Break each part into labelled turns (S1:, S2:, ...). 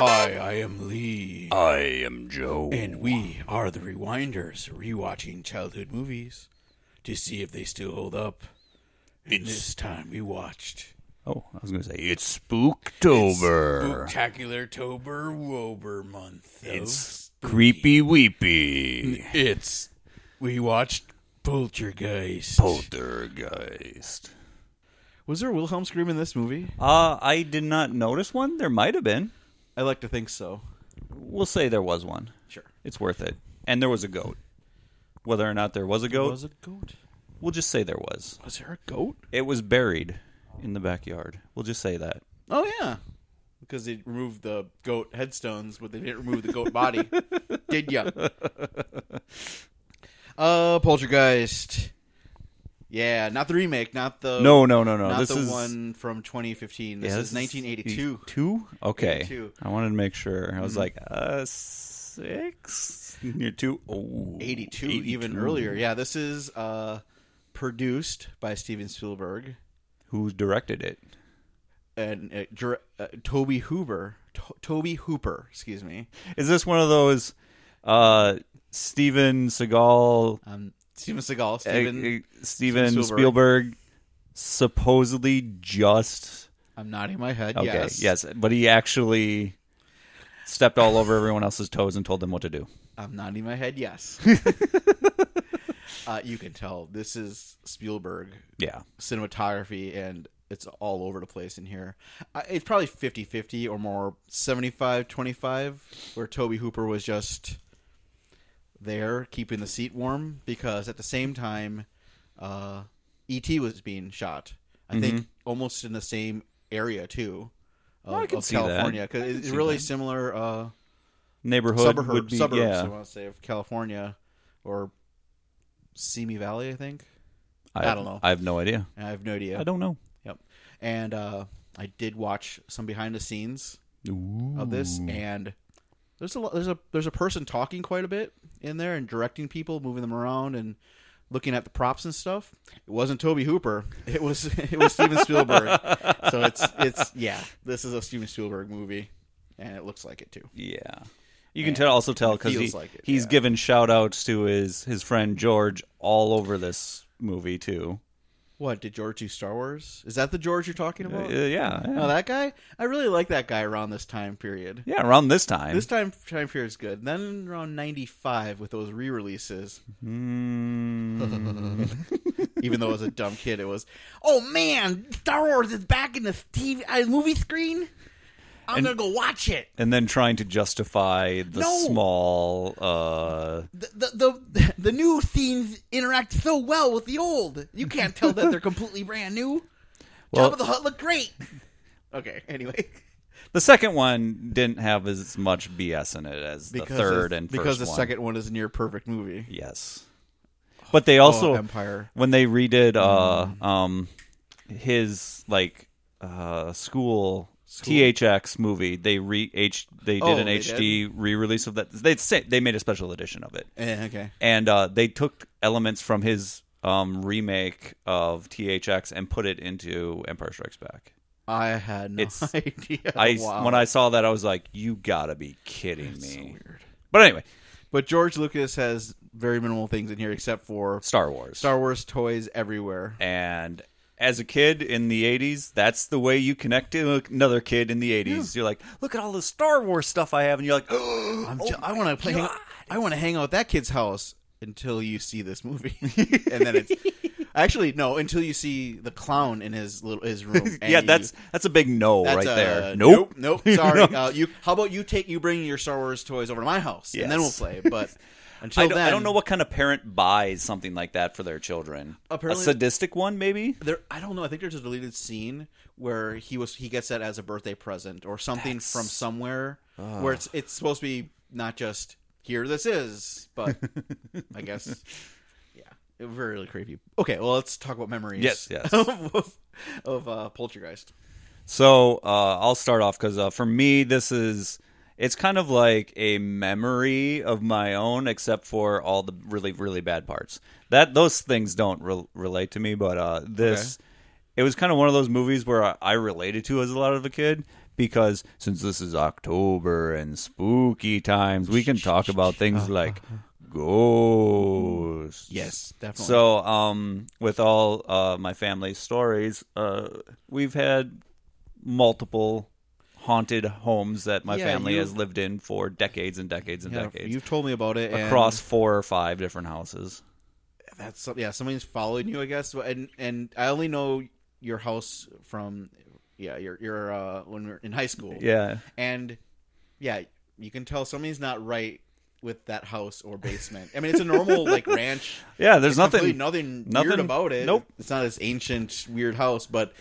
S1: Hi, I am Lee.
S2: I am Joe.
S1: And we are the Rewinders, rewatching childhood movies to see if they still hold up. And this time we watched
S2: Oh, I was gonna say it's Spooktober.
S1: Spectacular Tober Wober Month. of-
S2: It's creepy weepy
S1: it's we watched Poltergeist.
S2: poltergeist.
S3: Was there a Wilhelm scream in this movie?
S2: Uh, I did not notice one. There might have been.
S3: I like to think so.
S2: We'll say there was one.
S3: Sure.
S2: It's worth it. And there was a goat. Whether or not there was a goat,
S3: Was it goat?
S2: we'll just say there was.
S1: Was there a goat?
S2: It was buried in the backyard. We'll just say that.
S3: Oh yeah, because they removed the goat headstones, but they didn't remove the goat body. Did ya? Uh, Poltergeist. Yeah, not the remake, not the
S2: No, no, no, no.
S3: not
S2: this
S3: the
S2: is
S3: one from 2015. This
S2: Yeah,
S3: is 1982.
S2: Two? Okay.
S3: 82.
S2: I wanted to make sure. I was
S3: Hmm.
S2: like, uh, six? You're two? Oh.
S3: 82, even earlier. Yeah, this is uh produced by Steven Spielberg.
S2: Who directed it?
S3: and uh, dir- uh, Toby Hooper, to- Toby Hooper, excuse me.
S2: Is this one of those uh, Steven Seagal,
S3: Um, Steven Seagal,
S2: eh,
S3: Steven.
S2: eh, Steven
S3: Steven
S2: Spielberg. supposedly just.
S3: I'm nodding my head.
S2: Okay,
S3: yes,
S2: But he actually stepped all over everyone else's toes and told them what to do.
S3: I'm nodding my head. Yes. uh, you can tell this is Spielberg
S2: Yeah.
S3: cinematography, and it's all over the place in here. I, it's probably 50-50 or more, 75-25, where Toby Hooper was just there keeping the seat warm because at the same time uh, et was being shot i think almost in the same area too of,
S2: Mm-hmm. I can
S3: of
S2: see that.
S3: california
S2: I
S3: because
S2: can
S3: it's
S2: see
S3: really
S2: that.
S3: similar uh,
S2: Neighborhood
S3: suburb,
S2: would be
S3: suburbs
S2: yeah.
S3: i want to say of california or simi valley i think
S2: I,
S3: I don't know.
S2: I have no idea.
S3: i have no idea
S2: I don't know.
S3: yep and uh, i did watch some behind the scenes of this and there's a lo- there's a there's a person talking quite a bit in there and directing people moving them around and looking at the props and stuff it wasn't toby hooper it was it was steven spielberg so it's it's yeah this is a steven spielberg movie and it looks like it too
S2: Yeah. You can tell, also tell because
S3: feels
S2: he,
S3: like it,
S2: he's
S3: yeah.
S2: given shout outs to his, his friend George all over this movie, too.
S3: what did george do star wars is that the george you're talking
S2: Uh,
S3: about
S2: yeah. Yeah.
S3: oh that guy i really like that guy around this time period
S2: Yeah, around this time.
S3: this time time period is good then around 95 with those re-releases
S2: Mm.
S3: even though I was a dumb kid, it was, oh man, Star Wars is back in the TV uh, movie screen. I'm gonna go watch it.
S2: and then trying to justify the
S3: No.
S2: small uh
S3: The, the the the new scenes interact so well with the old. You can't tell that they're completely brand new.
S2: Well-
S3: Job of the Hut looked great. Okay. Anyway,
S2: the second one didn't have as much BS in it as the third and
S3: because
S2: first
S3: the
S2: one.
S3: second one is a near perfect movie.
S2: Yes. But they also
S3: Oh, Empire. Mm.
S2: when they redid uh um his like uh school, THX movie, they re H they did
S3: Oh,
S2: an
S3: they
S2: HD re-release of that. They say they made a special edition of it.
S3: Eh, okay.
S2: and uh, they took elements from his um, remake of THX and put it into Empire Strikes Back.
S3: I had no
S2: It's-
S3: idea.
S2: I
S3: Oh, wow.
S2: when I saw that, I was like, "You gotta be kidding me!"
S3: So weird.
S2: But anyway,
S3: But George Lucas has very minimal things in here except for
S2: Star Wars.
S3: Star Wars toys everywhere.
S2: and as a kid in the '80s, that's the way you connect to another kid in the '80s. You're like, "Look at all the Star Wars stuff I have," and you're like, "Oh,
S3: I'm ju- I want to play. I want to hang out at that kid's house until you see this movie, and then it's actually no until you see the clown in his little his room. and
S2: yeah."
S3: you-
S2: That's that's a big no
S3: that's
S2: right
S3: a-
S2: there.
S3: Nope,
S2: Nope,
S3: nope. Sorry. uh, you. How about you take you bring your Star Wars toys over to my house, and then we'll
S2: Yes.
S3: play. But until
S2: I don't,
S3: then,
S2: I don't know what kind of parent buys something like that for their children.
S3: Apparently-
S2: a sadistic one, maybe.
S3: There, I don't know. I think there's a deleted scene where he was he gets that as a birthday present or something from somewhere where it's it's supposed to be not just here this is, but I guess yeah, it was very really creepy. Okay, well let's talk about memories.
S2: Yes, yes.
S3: of, of uh, Poltergeist.
S2: So uh, I'll start off because uh, for me, this is it's kind of like a memory of my own, except for all the really really bad parts. That those things don't re- relate to me, but uh, this it was kind of one of those movies where I, I related to as a lot of a kid because since this is October and spooky times, we can talk about things like ghosts.
S3: Yes, definitely.
S2: So, um, with all uh, my family's stories, uh, we've had multiple haunted homes that my
S3: Yeah,
S2: family
S3: you-
S2: has lived in for decades and decades and
S3: Yeah,
S2: decades
S3: you've told me about it. and
S2: across four or five different houses.
S3: that's some, yeah, somebody's following you, I guess. And and I only know your house from yeah, your your uh, when we we're in high school.
S2: Yeah,
S3: and yeah, you can tell something's not right with that house or basement. I mean, it's a normal like ranch.
S2: yeah. There's
S3: completely
S2: nothing.
S3: nothing, weird
S2: nothing-
S3: about it.
S2: nope.
S3: It's not this ancient weird house, but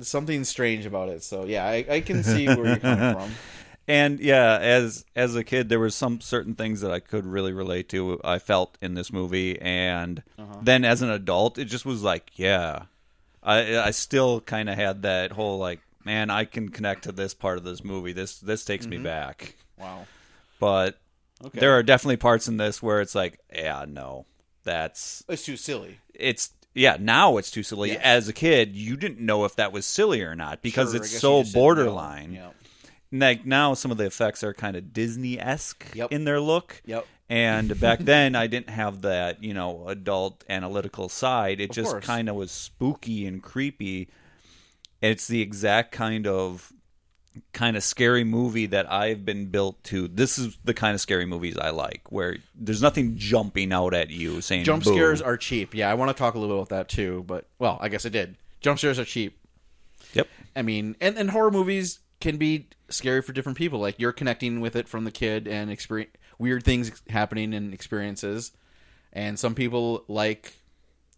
S3: something strange about it. So yeah, I, I can see where you're coming from.
S2: And yeah, as as a kid, there were some certain things that I could really relate to. I felt in this movie, and
S3: Uh-huh.
S2: then as an adult, it just was like, yeah, I I still kind of had that whole like, man, I can connect to this part of this movie. This this takes me back.
S3: Wow.
S2: But
S3: Mm-hmm. Okay.
S2: there are definitely parts in this where it's like, yeah, no, that's
S3: it's too silly.
S2: it's yeah now it's too silly
S3: Yes.
S2: as a kid you didn't know if that was silly or not because
S3: Sure, I
S2: it's
S3: guess
S2: so
S3: you just didn't know.
S2: borderline
S3: Yeah.
S2: like now some of the effects are kind of disney-esque
S3: Yep.
S2: in their look
S3: Yep.
S2: and back then i didn't have that you know adult analytical side it just
S3: course.
S2: kind of was spooky and creepy it's the exact kind of kind of scary movie that i've been built to this is the kind of scary movies i like where there's nothing jumping out at you saying
S3: Jump
S2: "Boo."
S3: scares are cheap. Yeah, I want to talk a little bit about that too. But well, I guess I did. Jump scares are cheap.
S2: yep
S3: I mean, and, and horror movies can be scary for different people. Like you're connecting with it from the kid and experience weird things ex- happening and experiences. And some people like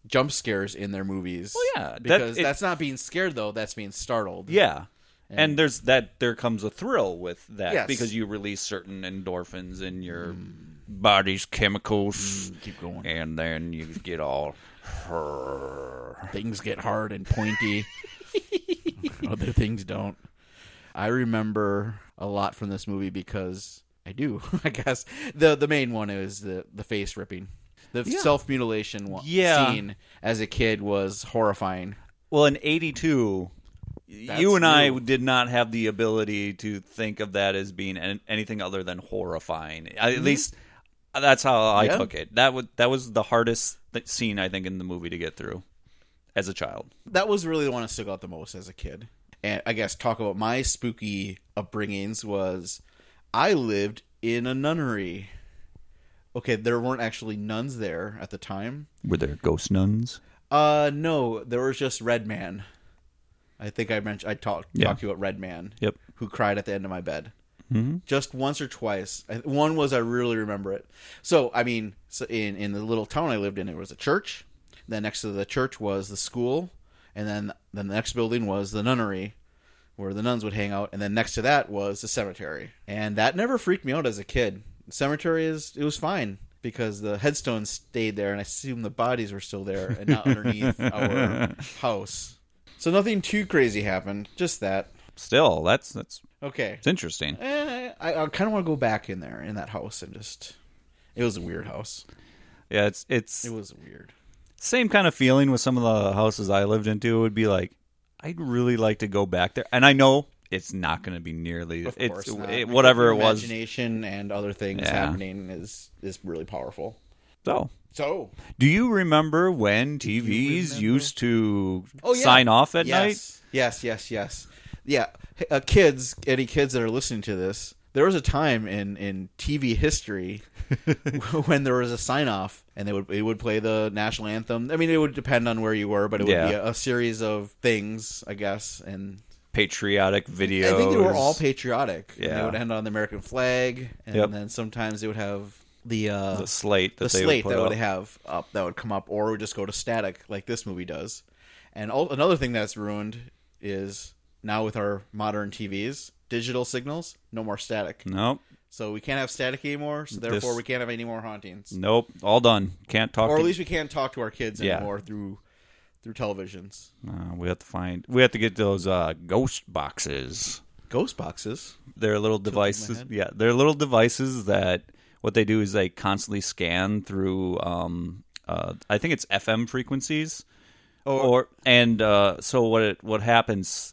S3: jump scares in their movies. Well,
S2: yeah, that-
S3: because
S2: it-
S3: that's not being scared though. That's being startled.
S2: Yeah. And, there's that there comes a thrill with that
S3: Yes.
S2: because you release certain endorphins in your body's chemicals
S3: Keep going.
S2: and then you get all
S3: Things get hard and pointy. Other things don't. I remember a lot from this movie because I do. I guess the the main one is the the face ripping, the self mutilation one
S2: Yeah.
S3: scene as a kid was horrifying.
S2: Well, in 82
S3: That's
S2: you and I
S3: new.
S2: did not have the ability to think of that as being an- anything other than horrifying. I- At least that's how I
S3: Yeah.
S2: took it. That would that was the hardest th- scene I think in the movie to get through as a child.
S3: That was really the one that stuck out the most as a kid. And I guess talk about my spooky upbringings was I lived in a nunnery. Okay, there weren't actually nuns there at the time.
S2: Were there ghost nuns?
S3: Uh, no, there was just Red Man. I think I mentioned I talked
S2: Yeah.
S3: talked to you about Red Man.
S2: Yep.
S3: Who cried at the end of my bed? Mm-hmm. Just once or twice. I- One was I really remember it. So I mean, so in in the little town I lived in, there was a church. Then next to the church was the school, and then the next building was the nunnery, where the nuns would hang out. And then next to that was the cemetery, and that never freaked me out as a kid. cemetery is it was fine because the headstones stayed there, and I assume the bodies were still there and not underneath our house. So nothing too crazy happened. Just that.
S2: Still, that's that's
S3: Okay.
S2: it's interesting.
S3: Eh, I, I kind of want to go back in there in that house and just. It was a weird house.
S2: Yeah, it's it's
S3: It was weird.
S2: same kind of feeling with some of the houses I lived into. It would be like, I'd really like to go back there, and I know it's not going to be nearly.
S3: Of
S2: it's
S3: course, not.
S2: It, whatever
S3: Your
S2: it was.
S3: Imagination and other things
S2: Yeah.
S3: happening is is really powerful.
S2: So,
S3: So
S2: do you remember when TVs used to
S3: Oh, yeah.
S2: sign off at night?
S3: yes. Yes, yes, yes. Yeah, H- uh, kids, any kids that are listening to this, there was a time in in TV history when there was a sign off and they would it would play the national anthem. I mean, it would depend on where you were, but it would
S2: Yeah.
S3: be a, a series of things, I guess, and
S2: Patriotic videos.
S3: I think they were all patriotic. And They
S2: Yeah.
S3: would end on the American flag and
S2: Yep.
S3: then sometimes they would have the uh
S2: the slate that
S3: the
S2: they
S3: slate
S2: would put
S3: that
S2: up.
S3: would have up that would come up, or would just go to static like this movie does. And all, another thing that's ruined is now with our modern TVs, digital signals, no more static.
S2: Nope,
S3: So we can't have static anymore. So therefore,
S2: This-
S3: we can't have any more hauntings,
S2: nope, all done. Can't talk.
S3: or
S2: to-
S3: at least we can't talk to our kids
S2: Yeah.
S3: anymore through through televisions.
S2: Uh, we have to find. We have to get those uh, ghost boxes.
S3: Ghost boxes.
S2: They're little devices. Yeah, they're little devices that what they do is they constantly scan through. Um, uh, I think it's
S3: Oh,
S2: FM frequencies, or, and uh, so what it, what happens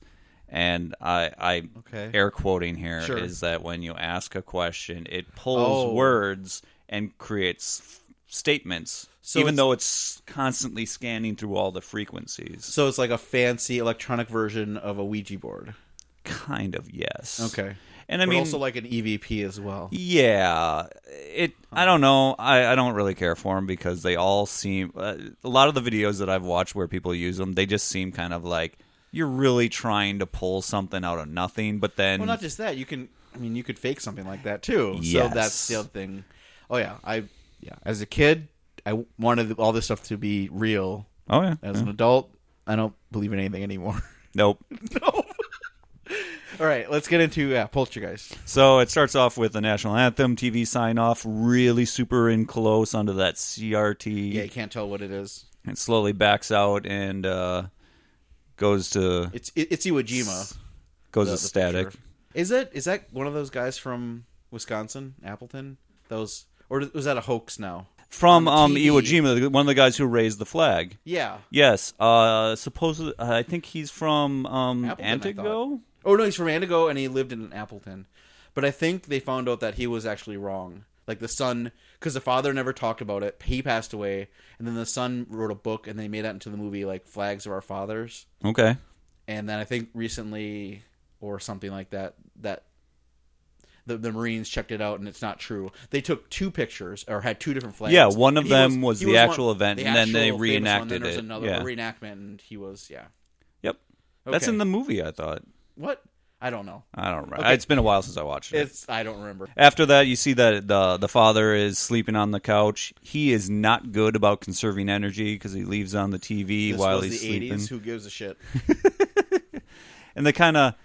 S2: And I, I
S3: Okay.
S2: air quoting here is
S3: Sure.
S2: that when you ask a question, it pulls
S3: Oh.
S2: words and creates f- statements,
S3: So
S2: even
S3: it's-
S2: though it's constantly scanning through all the frequencies.
S3: So it's like a fancy electronic version of a Ouija board.
S2: Kind of, yes.
S3: Okay.
S2: And I
S3: but
S2: mean,
S3: also like an EVP as well.
S2: Yeah, it. I don't know. I, I don't really care for them because they all seem. Uh, a lot of the videos that I've watched where people use them, they just seem kind of like you're really trying to pull something out of nothing. But then,
S3: Well, not just that. You can. I mean, you could fake something like that too.
S2: Yes.
S3: So that's the other thing. Oh yeah, I yeah. As a kid, I wanted all this stuff to be real.
S2: oh yeah,
S3: As
S2: yeah.
S3: an adult, I don't believe in anything anymore.
S2: nope.
S3: no. all right, let's get into yeah, poltergeist.
S2: So it starts off with the national anthem, TV sign off, really super in close onto that CRT,
S3: Yeah, you can't tell what it is.
S2: and slowly backs out and uh, goes to
S3: It's it, it's Iwo Jima.
S2: goes
S3: the-
S2: to
S3: the
S2: static.
S3: picture. Is that is that one of those guys from Wisconsin, Appleton? Those or was that a hoax now?
S2: From
S3: On
S2: um,
S3: the TV.
S2: Iwo Jima, one of the guys who raised the flag.
S3: Yeah.
S2: Yes. Uh, supposedly, uh, I think he's from um,
S3: Appleton, I
S2: Antigo.
S3: Oh no, he's from Antigo and he lived in Appleton. But I think they found out that he was actually wrong. Like the son, because the father never talked about it. He passed away, and then the son wrote a book, and they made that into the movie like Flags of Our Fathers.
S2: Okay.
S3: And then I think recently, or something like that, that the the Marines checked it out, and it's not true. They took two pictures or had two different flags.
S2: Yeah, one of
S3: And he
S2: them was
S3: he
S2: the
S3: one-
S2: actual event, and then
S3: actual
S2: they
S3: famous one.
S2: reenacted
S3: Then there was
S2: it.
S3: Another
S2: Yeah.
S3: reenactment, and he was yeah.
S2: Yep. That's
S3: Okay.
S2: in the movie. I thought.
S3: What? I don't know.
S2: I don't remember.
S3: Okay.
S2: It's been a while since I watched it.
S3: It's I don't remember.
S2: After that, you see that the the father is sleeping on the couch. He is not good about conserving energy because he leaves on the TV
S3: This
S2: while
S3: was
S2: he's
S3: the
S2: sleeping.
S3: 80s. Who gives a shit?
S2: And they kind of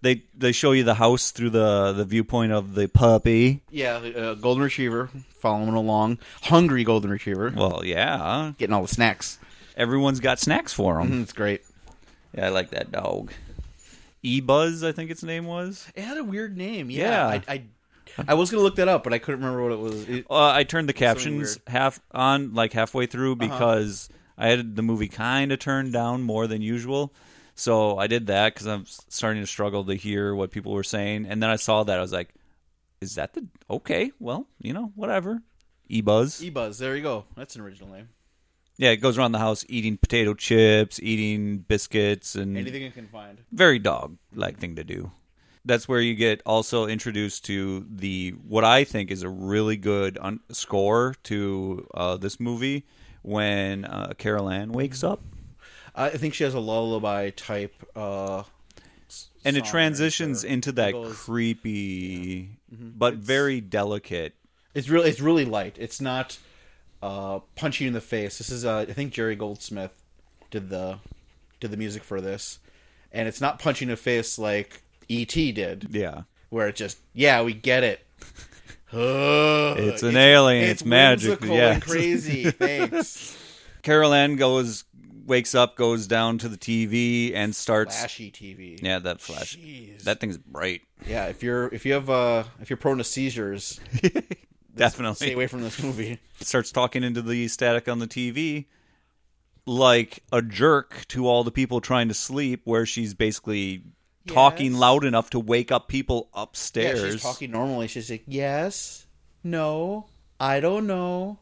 S2: they they show you the house through the the viewpoint of the puppy.
S3: Yeah, uh, golden retriever following along, hungry golden retriever,
S2: Well, yeah,
S3: getting all the snacks.
S2: everyone's got snacks for him.
S3: Mm, It's great.
S2: Yeah, I like that dog. E Buzz, I think its name was.
S3: It had a weird name.
S2: Yeah.
S3: Yeah, I, I, I was gonna look that up, but I couldn't remember what it was. It-
S2: Uh, I turned the captions
S3: weird. Uh-huh.
S2: half on, like halfway through, because I had the movie kind of turned down more than usual. So I did that because I'm s- starting to struggle to hear what people were saying. And then I saw that I was like, "Is that the okay? Well, you know, whatever." E Buzz.
S3: E-Buzz. There you go. That's an original name.
S2: yeah, it goes around the house eating potato chips, eating biscuits, and
S3: Anything I can find.
S2: very dog like thing to do. That's where you get also introduced to the what I think is a really good un- score to uh, this movie when uh, Carol Ann wakes up,
S3: I think she has a lullaby type. uh s-
S2: and it
S3: song or-
S2: transitions
S3: or-
S2: into
S3: it
S2: that
S3: goes-
S2: creepy but very delicate.
S3: It's really it's really light. It's not uh, punching you in the face. This is uh, I think Jerry Goldsmith did the did the music for this, and it's not punching in the face like E.T. did,
S2: Yeah,
S3: where it just yeah we get it. Ugh.
S2: It's an alien. It's magic.
S3: whimsical
S2: Yeah.
S3: and crazy. Thanks.
S2: Carol Ann goes wakes up, goes down to the TV, and starts.
S3: Flashy TV.
S2: Yeah, that flash.
S3: Jeez.
S2: That thing's bright.
S3: yeah. If you're if you have uh if you're prone to seizures, stay
S2: Definitely.
S3: away from this movie.
S2: starts talking into the static on the TV like a jerk to all the people trying to sleep, where she's basically talking
S3: Yes.
S2: loud enough to wake up people
S3: Yeah,
S2: upstairs.
S3: she's talking normally. She's like, yes, no, I don't know.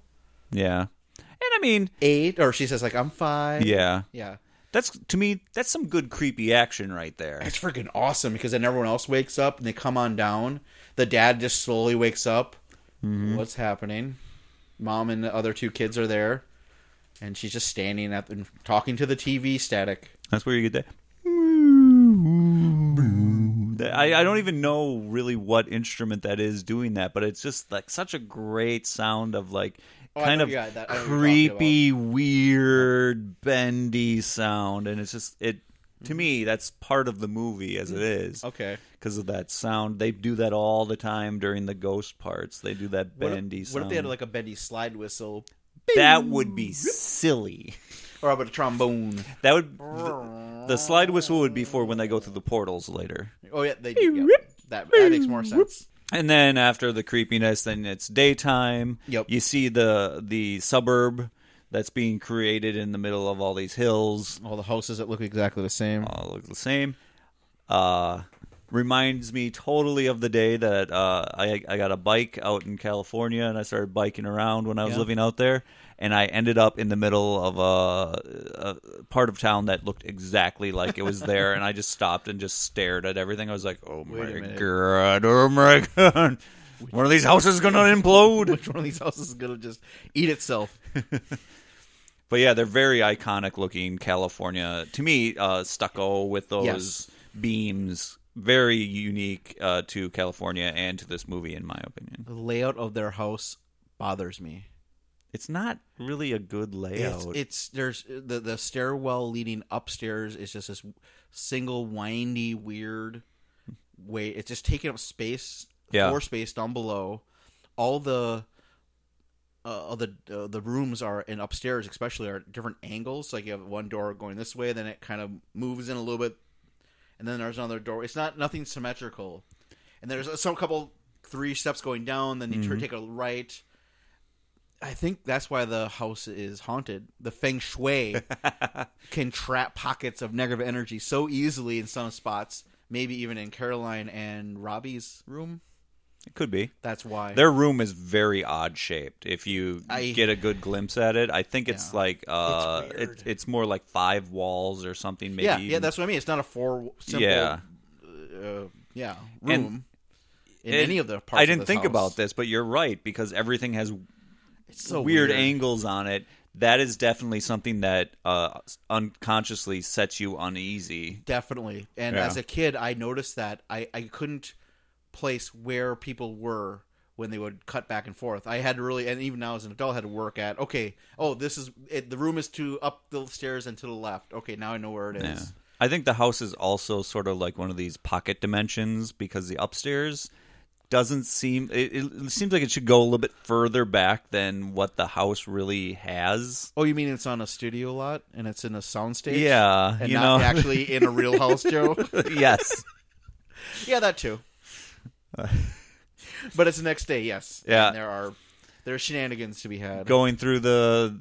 S2: Yeah. And I mean,
S3: eight, or she says like I'm five.
S2: yeah.
S3: yeah.
S2: That's to me, that's some good creepy action right there.
S3: It's freaking awesome because then everyone else wakes up and they come on down. The dad just slowly wakes up.
S2: Mm-hmm.
S3: What's happening? Mom and the other two kids are there, and she's just standing at and talking to the TV static.
S2: That's where you get that. that- I, I don't even know really what instrument that is doing that, but it's just like such a great sound of like
S3: Oh, I
S2: kind
S3: know-
S2: of
S3: yeah, that- I know what you're talking
S2: creepy, weird, bendy sound, and it's just it to me that's part of the movie as it is
S3: Mm-hmm. Okay.
S2: because of that sound. They do that all the time during the ghost parts. They do that bendy
S3: what, if,
S2: sound.
S3: what if they had like a bendy slide whistle
S2: that would be silly.
S3: or how about a trombone?
S2: That would the, the slide whistle would be for when they go through the portals later.
S3: Oh yeah, they do. yeah. That, that makes more sense.
S2: And then after the creepiness, then it's daytime.
S3: Yep.
S2: You see the the suburb that's being created in the middle of all these hills. Oh.
S3: All the houses that look exactly the same.
S2: All look the same. Uh, reminds me totally of the day that uh, I I got a bike out in California and I started biking around when I was
S3: Yeah.
S2: living out there. And I ended up in the middle of a, a part of town that looked exactly like it was there, and I just stopped and just stared at everything. I was like, "Oh
S3: Wait a
S2: my
S3: minute.
S2: god! Oh my god! One of these houses is gonna implode!"
S3: Which one of these houses is gonna just eat itself?
S2: But yeah, they're very iconic looking California to me uh, stucco with those
S3: Yes.
S2: beams. Very unique uh, to California and to this movie, in my opinion.
S3: The layout of their house bothers me.
S2: It's not really a good layout.
S3: It's, it's there's the the stairwell leading upstairs is just this single windy weird way. It's just taking up space,
S2: Yeah.
S3: floor space down below. All the uh, all the uh, the rooms are and upstairs especially are at different angles. Like you have one door going this way, then it kind of moves in a little bit, and then there's another door. It's not nothing symmetrical, and there's some couple three steps going down, then you
S2: Mm-hmm.
S3: turn take a right. I think that's why the house is haunted. The feng shui can trap pockets of negative energy so easily in some spots, maybe even in Caroline and Robbie's room.
S2: it could be.
S3: That's why.
S2: Their room is very odd shaped. If you
S3: I-
S2: get a good glimpse at it, I think it's
S3: Yeah.
S2: like uh,
S1: It's
S2: it,
S1: weird.
S2: it's more like five walls or something. Maybe
S3: yeah, yeah,
S2: even-
S3: that's what I mean. It's not a four simple
S2: Yeah.
S3: uh, yeah,
S2: And-
S3: room in
S2: and
S3: any of the parts.
S2: I
S3: of
S2: didn't
S3: this
S2: think
S3: house.
S2: about this, but you're right because everything has
S3: It's so
S2: weird,
S3: weird,
S2: angles on it. That is definitely something that uh, unconsciously sets you uneasy.
S3: Definitely. And
S2: Yeah.
S3: as a kid, I noticed that I, I couldn't place where people were when they would cut back and forth. I had to really, and even now as an adult, I had to work at, okay, oh, this is, it, the room is to up the stairs and to the left. Okay, now I know where it is.
S2: Yeah. I think the house is also sort of like one of these pocket dimensions because the upstairs doesn't seem it, it seems like it should go a little bit further back than what the house really has.
S3: Oh, you mean it's on a studio lot and it's in a soundstage?
S2: Yeah,
S3: And
S2: you
S3: not
S2: know.
S3: actually in a real house, Joe?
S2: yes.
S3: yeah, that too. but it's the next day, yes.
S2: Yeah.
S3: And there are, there are shenanigans to be had.
S2: Going through the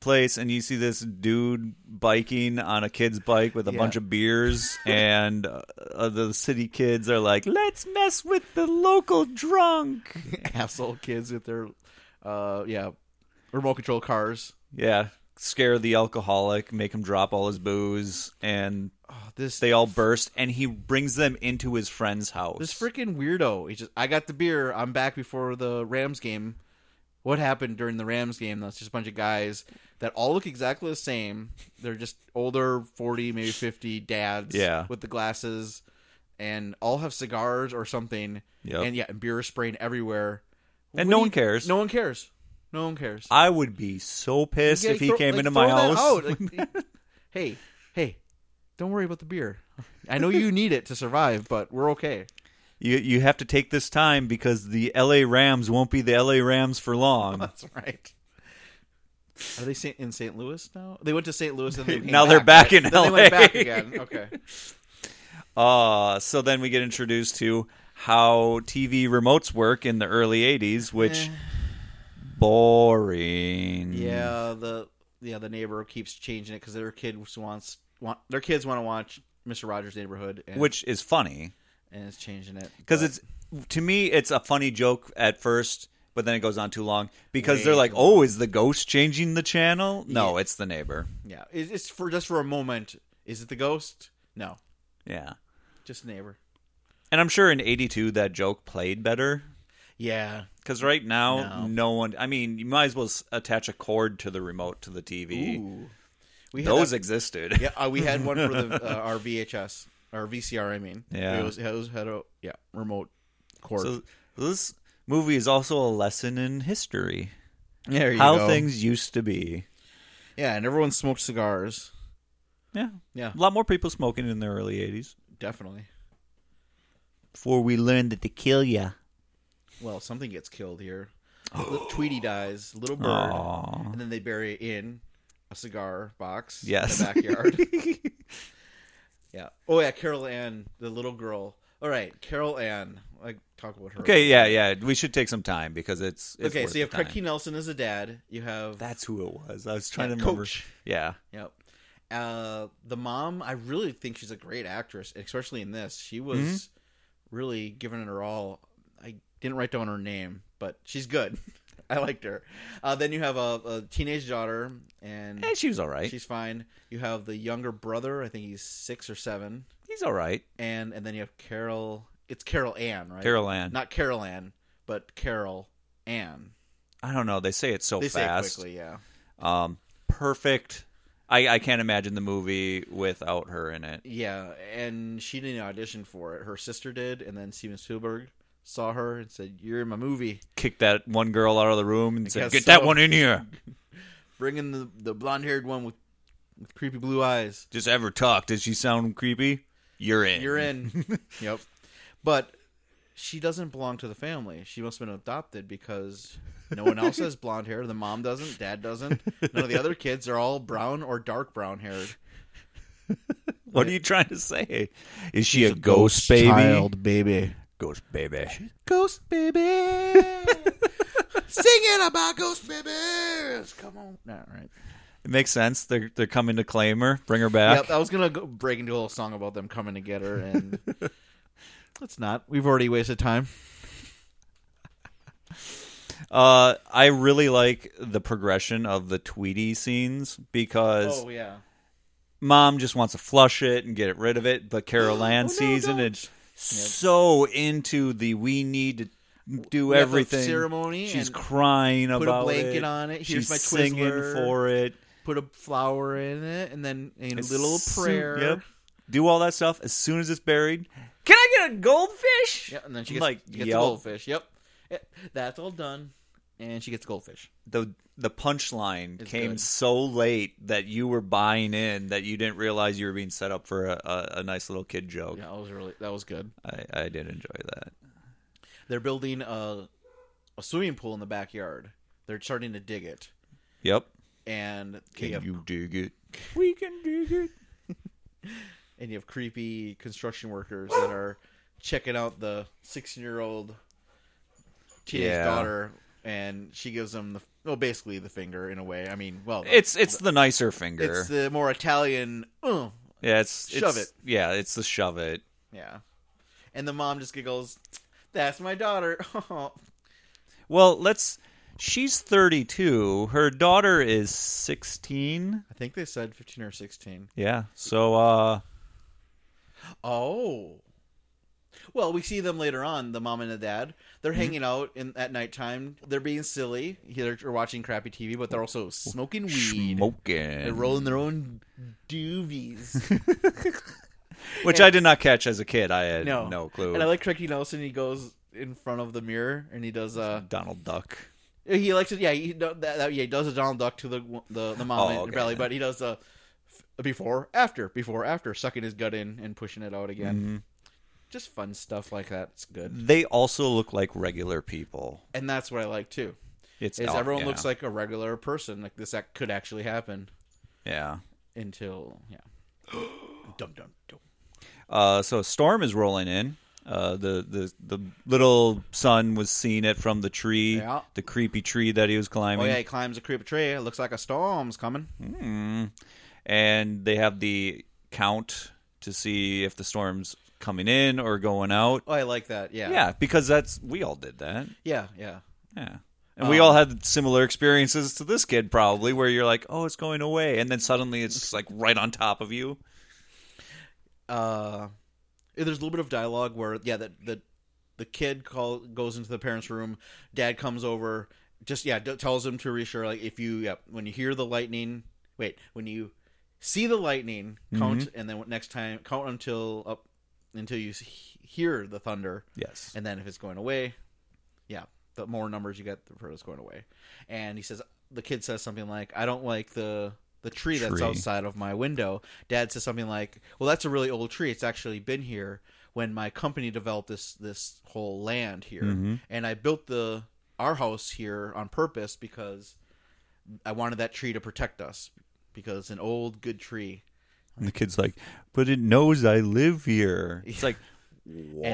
S2: place and you see this dude biking on a kid's bike with a
S3: Yeah.
S2: bunch of beers and uh, the city kids are like, "Let's mess with the local drunk."
S3: asshole kids with their uh yeah remote control cars
S2: Yeah, scare the alcoholic, make him drop all his booze, and
S3: oh, this
S2: they all burst. And he brings them into his friend's house.
S3: this freaking weirdo he just i got the beer i'm back before the rams game what happened during the rams game that's just a bunch of guys that all look exactly the same they're just older 40 maybe 50 dads
S2: Yeah.
S3: with the glasses and all have cigars or something
S2: Yep.
S3: and yeah and beer is spraying everywhere
S2: And
S3: What
S2: no
S3: do
S2: one cares.
S3: no one cares no one cares
S2: I would be so pissed
S3: Yeah,
S2: if he
S3: throw-
S2: came
S3: like,
S2: into
S3: throw
S2: my
S3: that
S2: house.
S3: out. Like, hey, hey, don't worry about the beer. I know you need it to survive, but we're okay.
S2: You you have to take this time because the L.A. Rams won't be the L.A. Rams for long.
S3: That's right. Are they Saint, in St. Louis now? They went to St. Louis and they came
S2: Now they're back in Hmm.
S3: Then they went
S2: LA.
S3: back again. Okay.
S2: Uh, so then we get introduced to how TV remotes work in the early '80s, which boring.
S3: Eh. Yeah, the yeah the neighbor keeps changing it because their kid wants want their kids want to watch Mister Rogers' Neighborhood, and,
S2: which is funny.
S3: and it's changing it
S2: because
S3: but-
S2: it's to me it's a funny joke at first but then it goes on too long because
S3: Way
S2: they're like
S3: too
S2: oh is the ghost changing the channel no
S3: Yeah.
S2: it's the neighbor
S3: yeah it's, it's for just for a moment. Is it the ghost? No,
S2: yeah
S3: just neighbor.
S2: and i'm sure in 82 that joke played better
S3: Yeah,
S2: because right now
S3: No.
S2: no. one i mean you might as well s- attach a cord to the remote to the tv
S3: Ooh. We had
S2: those
S3: that-
S2: existed
S3: yeah, uh, we had one for the uh, our VHS, our VCR. I mean,
S2: Yeah.
S3: it was, it was had a yeah remote cord.
S2: so this movie is also a lesson in history
S3: there you
S2: how
S3: go.
S2: things used to be
S3: yeah, and everyone smoked cigars.
S2: yeah
S3: Yeah,
S2: a lot more people smoking in the early 80s
S3: definitely.
S2: before we learned that they kill ya
S3: Well, something gets killed here. Little Tweety dies, little bird,
S2: Aw.
S3: and then they bury it in a cigar box
S2: Yes.
S3: in the backyard. yeah. Oh yeah, Carol Ann, the little girl. All right, Carol Ann. Like talk about her.
S2: Okay, yeah, yeah. We should take some time because it's, it's
S3: Okay,
S2: worth
S3: so you have
S2: the time.
S3: Craig T. Nelson as a dad. You have
S2: That's who it was. I was trying
S3: Yeah,
S2: to remember.
S3: Coach.
S2: Yeah,
S3: Yep. Uh, the mom, I really think she's a great actress, especially in this. She was
S2: Mm-hmm.
S3: really giving it her all. I didn't write down her name, but she's good. I liked her. Uh, then you have a, a teenage daughter, and
S2: Eh, she was all right.
S3: she's fine. You have the younger brother. I think he's six or seven,
S2: He's all right.
S3: and and then you have Carol. It's Carol Ann, right?
S2: Carol Ann.
S3: not Carol Ann, but Carol Ann.
S2: I don't know. They say it so
S3: They
S2: fast.
S3: say it quickly, yeah.
S2: Um, perfect. I, I can't imagine the movie without her in it.
S3: Yeah, and she didn't audition for it. Her sister did, and then Steven Spielberg saw her and said, "You're in my movie.
S2: Kick that one girl out of the room and say,
S3: guess
S2: "Get that
S3: so."
S2: one in here."
S3: Bring in the the blonde haired one with with creepy blue eyes.
S2: Just ever talk? Does she sound creepy? You're in.
S3: You're in." yep. But she doesn't belong to the family. She must have been adopted because no one else has blonde hair. The mom doesn't. Dad doesn't. None of the other kids are all brown or dark brown haired.
S2: What are you trying to say? Is she a, ghost, baby?
S3: baby.
S2: Ghost baby.
S3: Ghost baby. Singing about ghost babies. Come on. All right.
S2: It makes sense. They're they're coming to claim her, bring her back.
S3: Yep, I was gonna go break into a little song about them coming to get her, and let's not. We've already wasted time.
S2: Uh, I really like the progression of the Tweety scenes because
S3: Oh, yeah,
S2: mom just wants to flush it and get it rid of it, but Carol Ann
S3: Oh, no,
S2: sees it and
S3: don't.
S2: it's so into the we need to do
S3: have the
S2: everything
S3: ceremony
S2: She's
S3: and
S2: crying
S3: put a
S2: about
S3: blanket
S2: it.
S3: on it. Here's
S2: She's
S3: my
S2: singing
S3: Twizzler.
S2: for it.
S3: put a flower in it, and then a
S2: As
S3: little
S2: soo-
S3: prayer.
S2: yep. Do all that stuff as soon as it's buried. Can I get a goldfish?
S3: Yeah, and then she gets,
S2: I'm like,
S3: gets a
S2: yep.
S3: goldfish. Yep, Yeah, that's all done, and she gets a goldfish.
S2: the the punchline
S3: It's
S2: came
S3: good.
S2: so late that you were buying in that you didn't realize you were being set up for a, a, a nice little kid joke.
S3: Yeah, that was really that was good.
S2: I, I did enjoy that.
S3: They're building a a swimming pool in the backyard. They're starting to dig it,
S2: Yep.
S3: and
S2: Can
S3: they have
S2: you dig it?
S3: and you have creepy construction workers that are checking out the 16 year old teenage
S2: Yeah.
S3: daughter and she gives them the well basically the finger in a way i mean well
S2: It's it's the nicer finger.
S3: it's the more italian "Ugh."
S2: yeah, it's, it's
S3: shove it.
S2: Yeah, it's the shove it.
S3: yeah and the mom just giggles that's my daughter
S2: Well, let's. She's thirty two. Her daughter is sixteen.
S3: i think they said 15 or 16
S2: Yeah. So uh,
S3: oh well we see them later on the mom and the dad they're
S2: Mm-hmm.
S3: hanging out in at nighttime they're being silly they're they're watching crappy tv but they're also smoking weed They're
S2: smoking,
S3: rolling their own doovies.
S2: which I did not catch as a kid. I had
S3: no,
S2: no, clue.
S3: And I like Craig Nelson. He goes in front of the mirror and he does. uh
S2: Donald Duck.
S3: He likes it. Yeah, he no, that, that, yeah he does a Donald Duck to the the, the mom
S2: Oh,
S3: and
S2: okay.
S3: belly, but he does the f- before, after, before, after, sucking his gut in and pushing it out again.
S2: Mm-hmm.
S3: Just fun stuff like that. It's good,
S2: They also look like regular people.
S3: and that's what I like too.
S2: It's
S3: Is
S2: oh,
S3: everyone
S2: yeah.
S3: looks like a regular person? Like this act could actually happen
S2: yeah.
S3: until yeah. Oh, dum dum dum.
S2: Uh, so a storm is rolling in. Uh, the the the little son was seeing it from the tree,
S3: Yeah.
S2: the creepy tree that he was
S3: Oh
S2: climbing,
S3: yeah, he climbs a creep tree. It looks like a storm's coming.
S2: Mm. and they have the count to see if the storm's coming in or going out.
S3: Oh, I like that. Yeah.
S2: Yeah, because that's we all did that.
S3: Yeah. Yeah. Um,
S2: Yeah. And we all had similar experiences to this kid, probably, where you're like, "Oh, it's going away," and then suddenly it's like right on top of you.
S3: Uh, there's a little bit of dialogue where yeah, that the the kid call goes into the parents' room. Dad comes over. Just yeah, d- tells him to reassure like if you yeah when you hear the lightning. Wait, when you see the lightning, count and then next time count until up until you s- hear the thunder.
S2: Yes.
S3: And then if it's going away, yeah, the more numbers you get, the further it's going away. And he says, the kid says something like, I don't like the the tree that's
S2: Tree.
S3: outside of my window. Dad says something like, Well, that's a really old tree. It's actually been here when my company developed this this whole land here,
S2: Mm-hmm.
S3: and I built the our house here on purpose because I wanted that tree to protect us because it's an old good tree.
S2: And the kid's like, "But it knows I live here." It's like, what?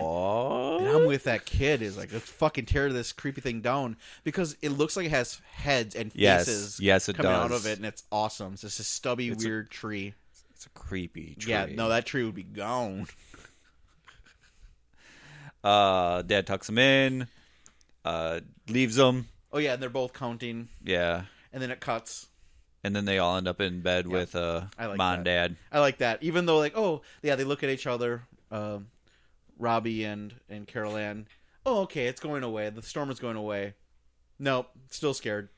S3: And I'm with that kid is like, let's fucking tear this creepy thing down because it looks like it has heads and
S2: Yes.
S3: faces
S2: Yes, it
S3: coming out
S2: does.
S3: of it, and it's awesome. It's just a stubby, weird tree.
S2: It's a creepy tree.
S3: Yeah, no, that tree would be gone.
S2: Uh, Dad tucks him in, uh, leaves him.
S3: Oh yeah, and they're both counting,
S2: Yeah,
S3: and then it cuts.
S2: and then they all end up in bed with uh,
S3: I like
S2: mom,
S3: that.
S2: dad.
S3: I like that. Even though, like, oh yeah, they look at each other, um, Robbie and and Carol Ann. Oh, okay, it's going away. The storm is going away. Nope, still scared.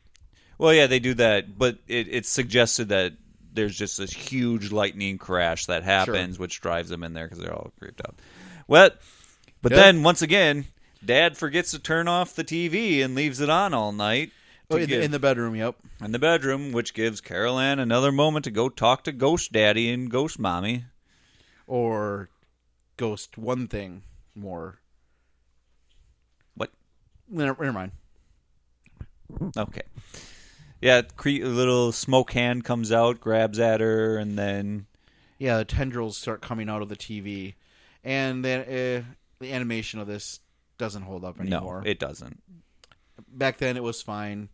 S2: Well, yeah, they do that, but it, it's suggested that there's just this huge lightning crash that happens, which drives them in there because they're all creeped out. Well, but
S3: Yeah.
S2: then once again, Dad forgets to turn off the TV and leaves it on all night. to
S3: Oh, in,
S2: give-
S3: the, in the bedroom. Yep.
S2: in the bedroom, which gives Carol Ann another moment to go talk to Ghost Daddy and Ghost Mommy.
S3: Or ghost one thing more.
S2: What?
S3: Never, never mind.
S2: Okay. Yeah, cre- a little smoke hand comes out, grabs at her, and then
S3: Yeah, the tendrils start coming out of the TV, and then uh, the animation of this doesn't hold up anymore.
S2: no, it doesn't.
S3: Back then, it was fine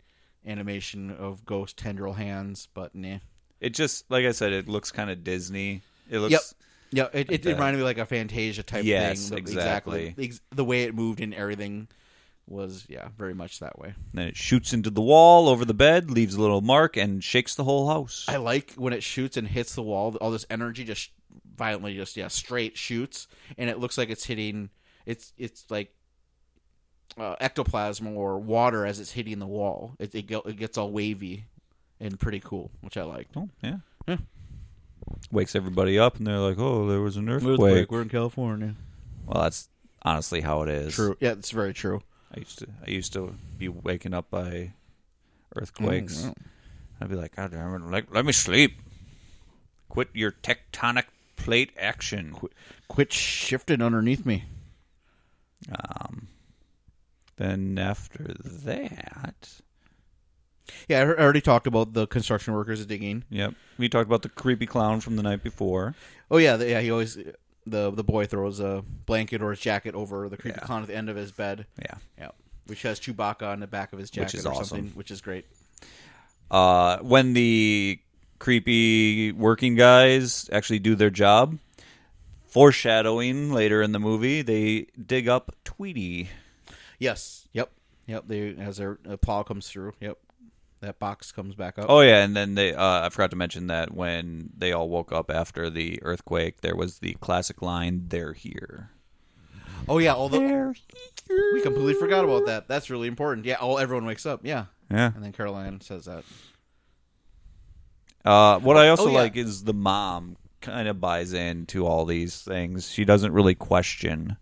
S3: animation of ghost tendril hands, but nah.
S2: It just, like I said, it looks kind of Disney. It looks.
S3: Yep. Yeah, it, it,
S2: that.
S3: reminded me like a Fantasia type thing.
S2: Yes,
S3: The-
S2: exactly.
S3: The ex- The way it moved and everything was yeah, very much that way.
S2: Then it shoots into the wall over the bed, leaves a little mark, and shakes the whole house.
S3: I like when it shoots and hits the wall. All this energy just violently, just yeah, straight shoots, and it looks like it's hitting. It's it's like uh, ectoplasm or water as it's hitting the wall. It it, go, it gets all wavy and pretty cool, which I liked.
S2: oh, yeah.
S3: Yeah.
S2: Wakes everybody up, and they're like, "Oh, there was an earthquake."
S3: We're in California.
S2: Well, that's honestly how it is.
S3: True. Yeah, it's very true.
S2: I used to I used to be waking up by earthquakes.
S3: wow.
S2: I'd be like, God damn it, let, let me sleep. Quit your tectonic plate action.
S3: Quit shifting underneath me.
S2: Um, then after that,
S3: Yeah, I al- I already talked about the construction workers digging.
S2: yep, we talked about the creepy clown from the night before.
S3: Oh yeah, the, yeah. He always the the boy throws a blanket or his jacket over the creepy clown at the end of his bed.
S2: Yeah.
S3: Yeah, which has Chewbacca on the back of his jacket
S2: is
S3: or
S2: awesome.
S3: something, which is great.
S2: Uh, when the creepy working guys actually do their job, foreshadowing later in the movie, they dig up Tweety.
S3: Yes. Yep. Yep. They as their uh, plow comes through. Yep. That box comes back up.
S2: Oh yeah, and then they uh, I forgot to mention that when they all woke up after the earthquake, there was the classic line, "They're here."
S3: Oh, yeah. All the
S2: They're here.
S3: we completely forgot about that. That's really important. Yeah. All everyone wakes up. Yeah.
S2: Yeah.
S3: And then Caroline says that.
S2: Uh, what I also
S3: Oh, yeah.
S2: like is the mom kind of buys into all these things. She doesn't really question.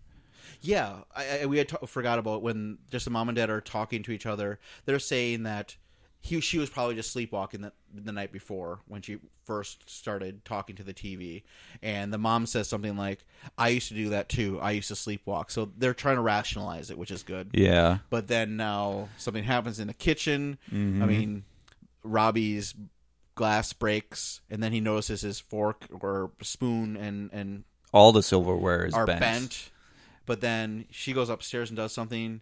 S3: Yeah, I, I, we had t- forgot about when just the mom and dad are talking to each other. They're saying that he she was probably just sleepwalking the, the night before when she first started talking to the TV, and the mom says something like, "I used to do that too. I used to sleepwalk." So they're trying to rationalize it, which is good.
S2: Yeah.
S3: But then now something happens in the kitchen. I mean, Robbie's glass breaks, and then he notices his fork or spoon and and
S2: All the silverware is
S3: are
S2: bent.
S3: bent. But then she goes upstairs and does something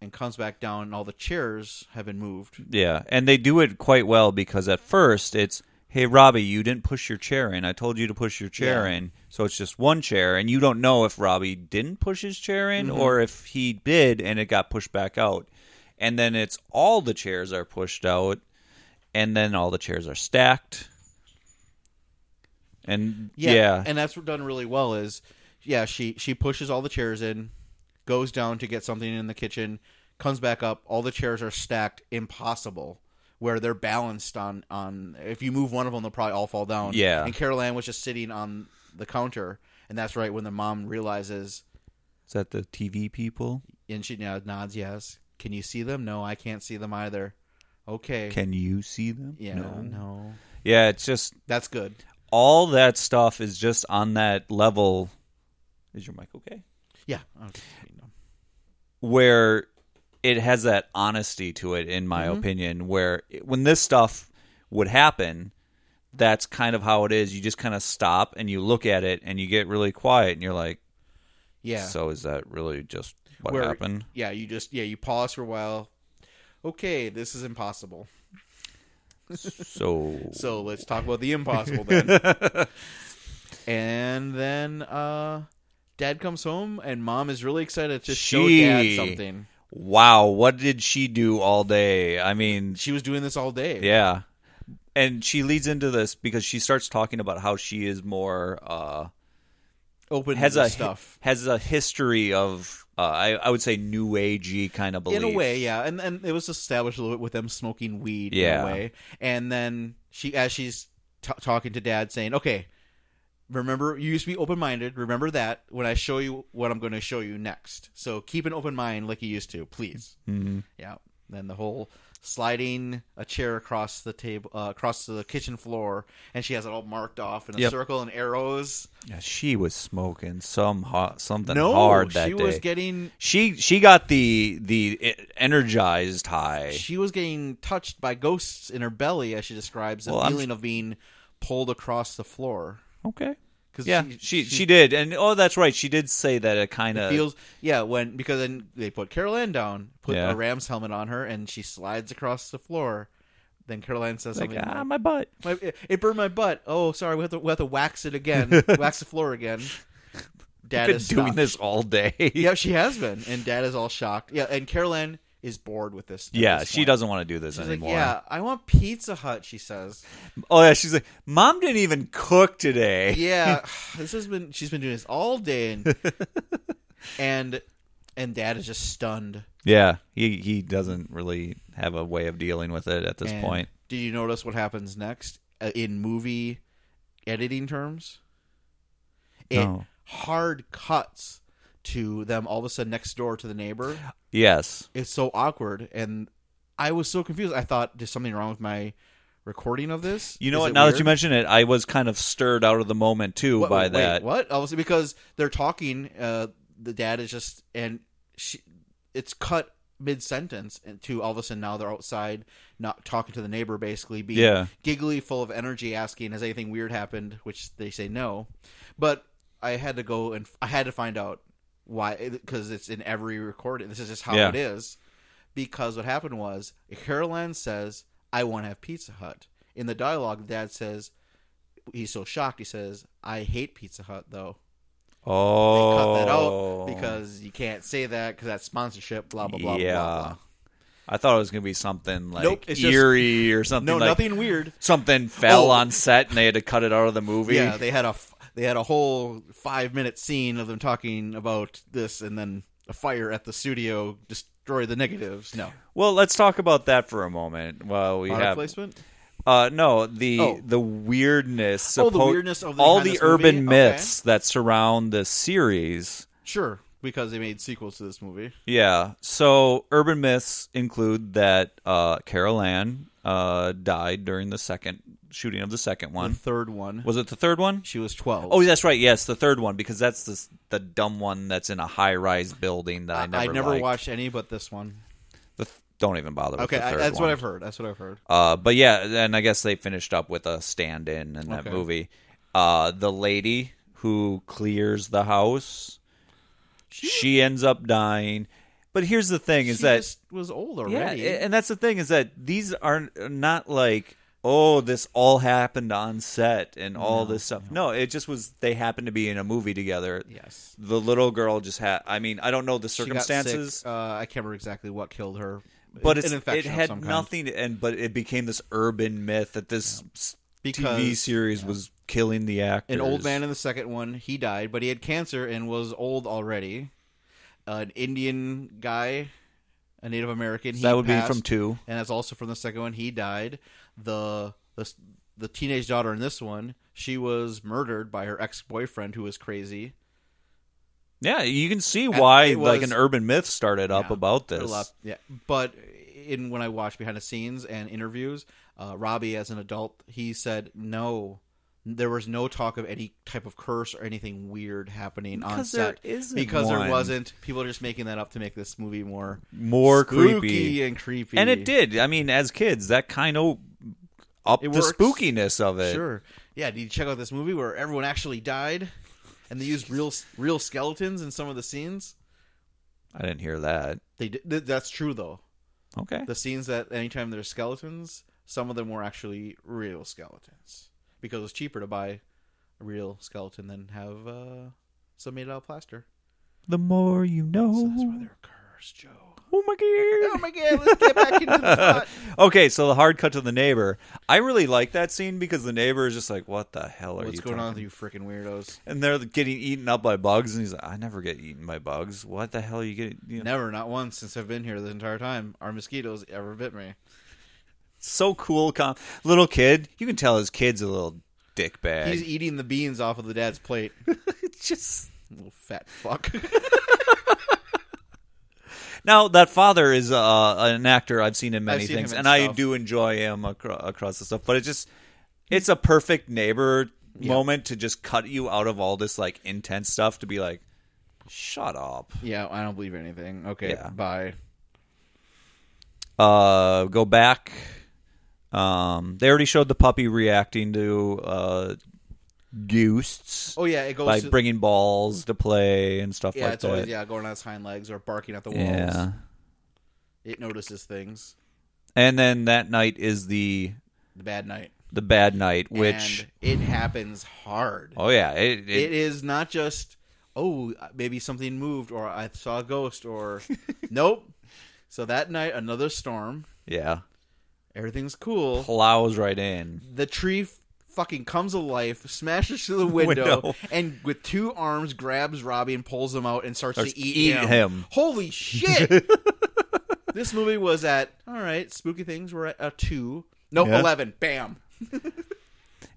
S3: and comes back down, and all the chairs have been moved.
S2: Yeah, and they do it quite well because at first it's, "Hey Robbie, you didn't push your chair in. I told you to push your chair
S3: Yeah.
S2: in." So it's just one chair, and you don't know if Robbie didn't push his chair in
S3: Mm-hmm.
S2: or if he did and it got pushed back out. And then it's all the chairs are pushed out, and then all the chairs are stacked. And yeah,
S3: And that's what done really well is, yeah, she, she pushes all the chairs in, goes down to get something in the kitchen, comes back up, all the chairs are stacked impossible. Where they're balanced on on if you move one of them, they'll probably all fall down.
S2: Yeah.
S3: And Carol Ann was just sitting on the counter, and that's right when the mom realizes
S2: is that the TV people?
S3: And she now nods yes. Can you see them? No, I can't see them either. Okay.
S2: Can you see them?
S3: yeah,
S2: no.
S3: no.
S2: Yeah, it's just
S3: That's good.
S2: all that stuff is just on that level. Is your mic okay?
S3: Yeah. Okay. No.
S2: where it has that honesty to it in my
S3: Mm-hmm.
S2: opinion where it- when this stuff would happen that's kind of how it is you just kind of stop and you look at it and you get really quiet and you're like
S3: Yeah.
S2: so is that really just what
S3: Where-
S2: happened
S3: Yeah, you just yeah, you pause for a while. Okay, this is impossible.
S2: So,
S3: So let's talk about the impossible then. and then uh, dad comes home and mom is really excited to show dad
S2: She-
S3: something.
S2: wow, what did she do all day? I mean,
S3: She was doing this all day.
S2: yeah. And she leads into this because she starts talking about how she is more uh
S3: Open
S2: has
S3: to
S2: a
S3: this stuff.
S2: has a history of uh, I I would say new agey kind of belief.
S3: In a way, yeah. And and it was established a little bit with them smoking weed in
S2: Yeah.
S3: a way. And then she as she's t- talking to dad saying, "Okay, remember you used to be open-minded. Remember that when I show you what I'm going to show you next. So keep an open mind like you used to, please."
S2: Mhm.
S3: Yeah. Then the whole sliding a chair across the table uh, across the kitchen floor and she has it all marked off in a
S2: Yep.
S3: circle and arrows.
S2: Yeah, she was smoking some hot something
S3: no,
S2: hard that
S3: she
S2: day.
S3: was getting
S2: she she got the the e- energized high.
S3: she was getting touched by ghosts in her belly, as she describes the
S2: Well, I'm-
S3: feeling of being pulled across the floor.
S2: Okay.
S3: 'Cause
S2: Yeah, she, she uh, did, and oh, that's right. She did say that it kind of
S3: feels yeah when because then they put Carol Ann down, put
S2: Yeah.
S3: a ram's helmet on her, and she slides across the floor. Then Carol Ann says
S2: like
S3: something.
S2: ah,
S3: like,
S2: my butt.
S3: "My- it burned my butt. Oh, sorry. We have to we have to wax it again. wax the floor again. Dad
S2: Been
S3: is
S2: doing
S3: shocked.
S2: this all day.
S3: Yeah, she has been, and Dad is all shocked. Yeah, and Carol Ann is bored with this. at
S2: Yeah,
S3: this
S2: she
S3: point.
S2: doesn't want to do this
S3: She's like,
S2: anymore.
S3: yeah, I want Pizza Hut. She says.
S2: Oh yeah, she's like, mom didn't even cook today.
S3: yeah this has been she's been doing this all day and and and dad is just stunned
S2: Yeah, he he doesn't really have a way of dealing with it at this
S3: And
S2: point.
S3: did you notice what happens next uh, in movie editing terms it
S2: No.
S3: hard cuts to them all of a sudden next door to the neighbor
S2: Yes.
S3: it's so awkward and i was so confused i thought there's something wrong with my recording of this
S2: You know
S3: Is
S2: what?
S3: it
S2: Now that
S3: weird?
S2: you mention it, I was kind of stirred out of the moment too
S3: What-
S2: by
S3: wait,
S2: that.
S3: What? Obviously, because they're talking. Uh, the dad is just and she, it's cut mid sentence to all of a sudden now they're outside, not talking to the neighbor, basically being
S2: Yeah.
S3: giggly, full of energy, asking has anything weird happened, which they say no. But I had to go and I had to find out why because it's in every recording. This is just how
S2: Yeah.
S3: it is. Because what happened was Caroline says, "I want to have Pizza Hut." In the dialogue, Dad says, he's so shocked. He says, "I hate Pizza Hut, though." They
S2: Oh,
S3: cut that out because you can't say that because that's sponsorship. Blah blah blah
S2: Yeah.
S3: blah blah.
S2: I thought it was gonna be something like
S3: Nope, it's just-
S2: eerie or something.
S3: No,
S2: like
S3: nothing weird.
S2: Something fell
S3: Oh.
S2: on set and they had to cut it out of the movie.
S3: Yeah, they had a f- they had a whole five minute scene of them talking about this, and then a fire at the studio destroyed the negatives. No
S2: Well, let's talk about that for a moment while we
S3: product
S2: have.
S3: placement.
S2: Uh, no, the
S3: Oh.
S2: the weirdness.
S3: Oh, the
S2: suppo-
S3: weirdness of the
S2: all
S3: behind
S2: the
S3: this
S2: urban
S3: movie? Okay.
S2: myths that surround this series.
S3: Sure, because they made sequels to this movie.
S2: Yeah. So urban myths include that uh, Carol Ann uh, died during the second shooting of the second
S3: The
S2: one.
S3: third one,
S2: Was it the third one?
S3: she was twelve.
S2: Oh, that's right. Yes, the third one because that's the s- the dumb one that's in a high rise building that I, never
S3: I never
S2: liked.
S3: watched any but this one.
S2: The th- don't even bother. With
S3: Okay,
S2: the
S3: I,
S2: third
S3: that's
S2: one.
S3: what I've heard. That's what I've heard.
S2: Uh, but yeah, and I guess they finished up with a stand-in in that
S3: Okay.
S2: movie. Uh, the lady who clears the house, she, ends up dying. But here's the thing: is
S3: she
S2: that
S3: just was old
S2: yeah,
S3: already?
S2: and that's the thing is that these are not like oh this all happened on set and all this stuff. No. it just was they happened to be in a movie together.
S3: yes.
S2: The little girl just had. I mean, I don't know the
S3: She got sick.
S2: circumstances.
S3: Uh, I can't remember exactly what killed her,
S2: but
S3: An
S2: it's, it
S3: infection of
S2: had
S3: some kind.
S2: nothing and but it became this urban myth that this s- TV
S3: Because-
S2: series was killing the actors.
S3: An old man in the second one, he died, but he had cancer and was old already. an Indian guy, a Native American, he
S2: that would
S3: passed,
S2: be from two.
S3: and that's also from the second one. He died. The the the teenage daughter in this one, she was murdered by her ex boyfriend who was crazy.
S2: Yeah, you can see why
S3: it
S2: like
S3: was-
S2: an urban myth started up
S3: Yeah,
S2: about
S3: Or
S2: this.
S3: lap- yeah. But in when I watched behind the scenes and interviews, uh, Robbie, as an adult, he said no. There was no talk of any type of curse or anything weird happening on
S2: Because there
S3: set
S2: isn't
S3: because
S2: one.
S3: there wasn't. People are just making that up to make this movie more
S2: More
S3: spooky
S2: creepy.
S3: and creepy,
S2: And it did. I mean, as kids, that kind of up
S3: It
S2: the
S3: works.
S2: spookiness of it.
S3: Sure, yeah. Did you check out this movie where everyone actually died, and they used real real skeletons in some of the scenes?
S2: I didn't hear that.
S3: They did, that's true though.
S2: Okay.
S3: the scenes that anytime there's skeletons, Some of them were actually real skeletons because it was cheaper to buy a real skeleton than have uh, some made out of plaster.
S2: The more you
S3: So that's why
S2: know.
S3: they're cursed, Joe.
S2: Oh my
S3: Oh my god, let's get back into the plot.
S2: Okay, so the hard cut to the neighbor. I really like that scene because the neighbor is just like, "What the hell are
S3: What's
S2: you
S3: going on
S2: talking
S3: with you freaking weirdos?
S2: and they're getting eaten up by bugs, and he's like, "I never get eaten by bugs. What the hell you get?" You know?
S3: Never, not once since I've been here this entire time, are mosquitoes ever bit me.
S2: So cool, com- little kid. You can tell his kid's a little dick bag.
S3: He's eating the beans off of the dad's plate.
S2: It's just
S3: Little fat fuck.
S2: now that father is uh, an actor. I've seen in many
S3: seen him
S2: things,
S3: in
S2: and I
S3: stuff.
S2: do enjoy him acro- across the stuff. But it just it's a perfect neighbor moment to just cut you out of all this like intense stuff to be like, "Shut up."
S3: yeah, I don't believe anything. Okay,
S2: Yeah.
S3: bye.
S2: uh, go back. Um, they already showed the puppy reacting to uh, ghosts
S3: Oh yeah, it goes.
S2: by
S3: to,
S2: bringing balls to play and stuff
S3: yeah,
S2: like
S3: it's
S2: that.
S3: always yeah going on its hind legs or barking at the walls.
S2: yeah.
S3: It notices things.
S2: And then that night is the
S3: The bad night,
S2: the bad night, which
S3: and it happens hard.
S2: oh yeah, it,
S3: it
S2: it,
S3: is not just oh maybe something moved or I saw a ghost or nope. So that night, another storm.
S2: yeah
S3: Everything's cool.
S2: plows right in.
S3: the tree f- fucking comes alive, smashes through the window,
S2: Window.
S3: and with two arms grabs Robbie and pulls him out and starts,
S2: Starts
S3: to eat,
S2: to eat
S3: him.
S2: him.
S3: Holy shit! this movie was at all right. Spooky things were at a two. No,
S2: Yeah.
S3: eleven. Bam.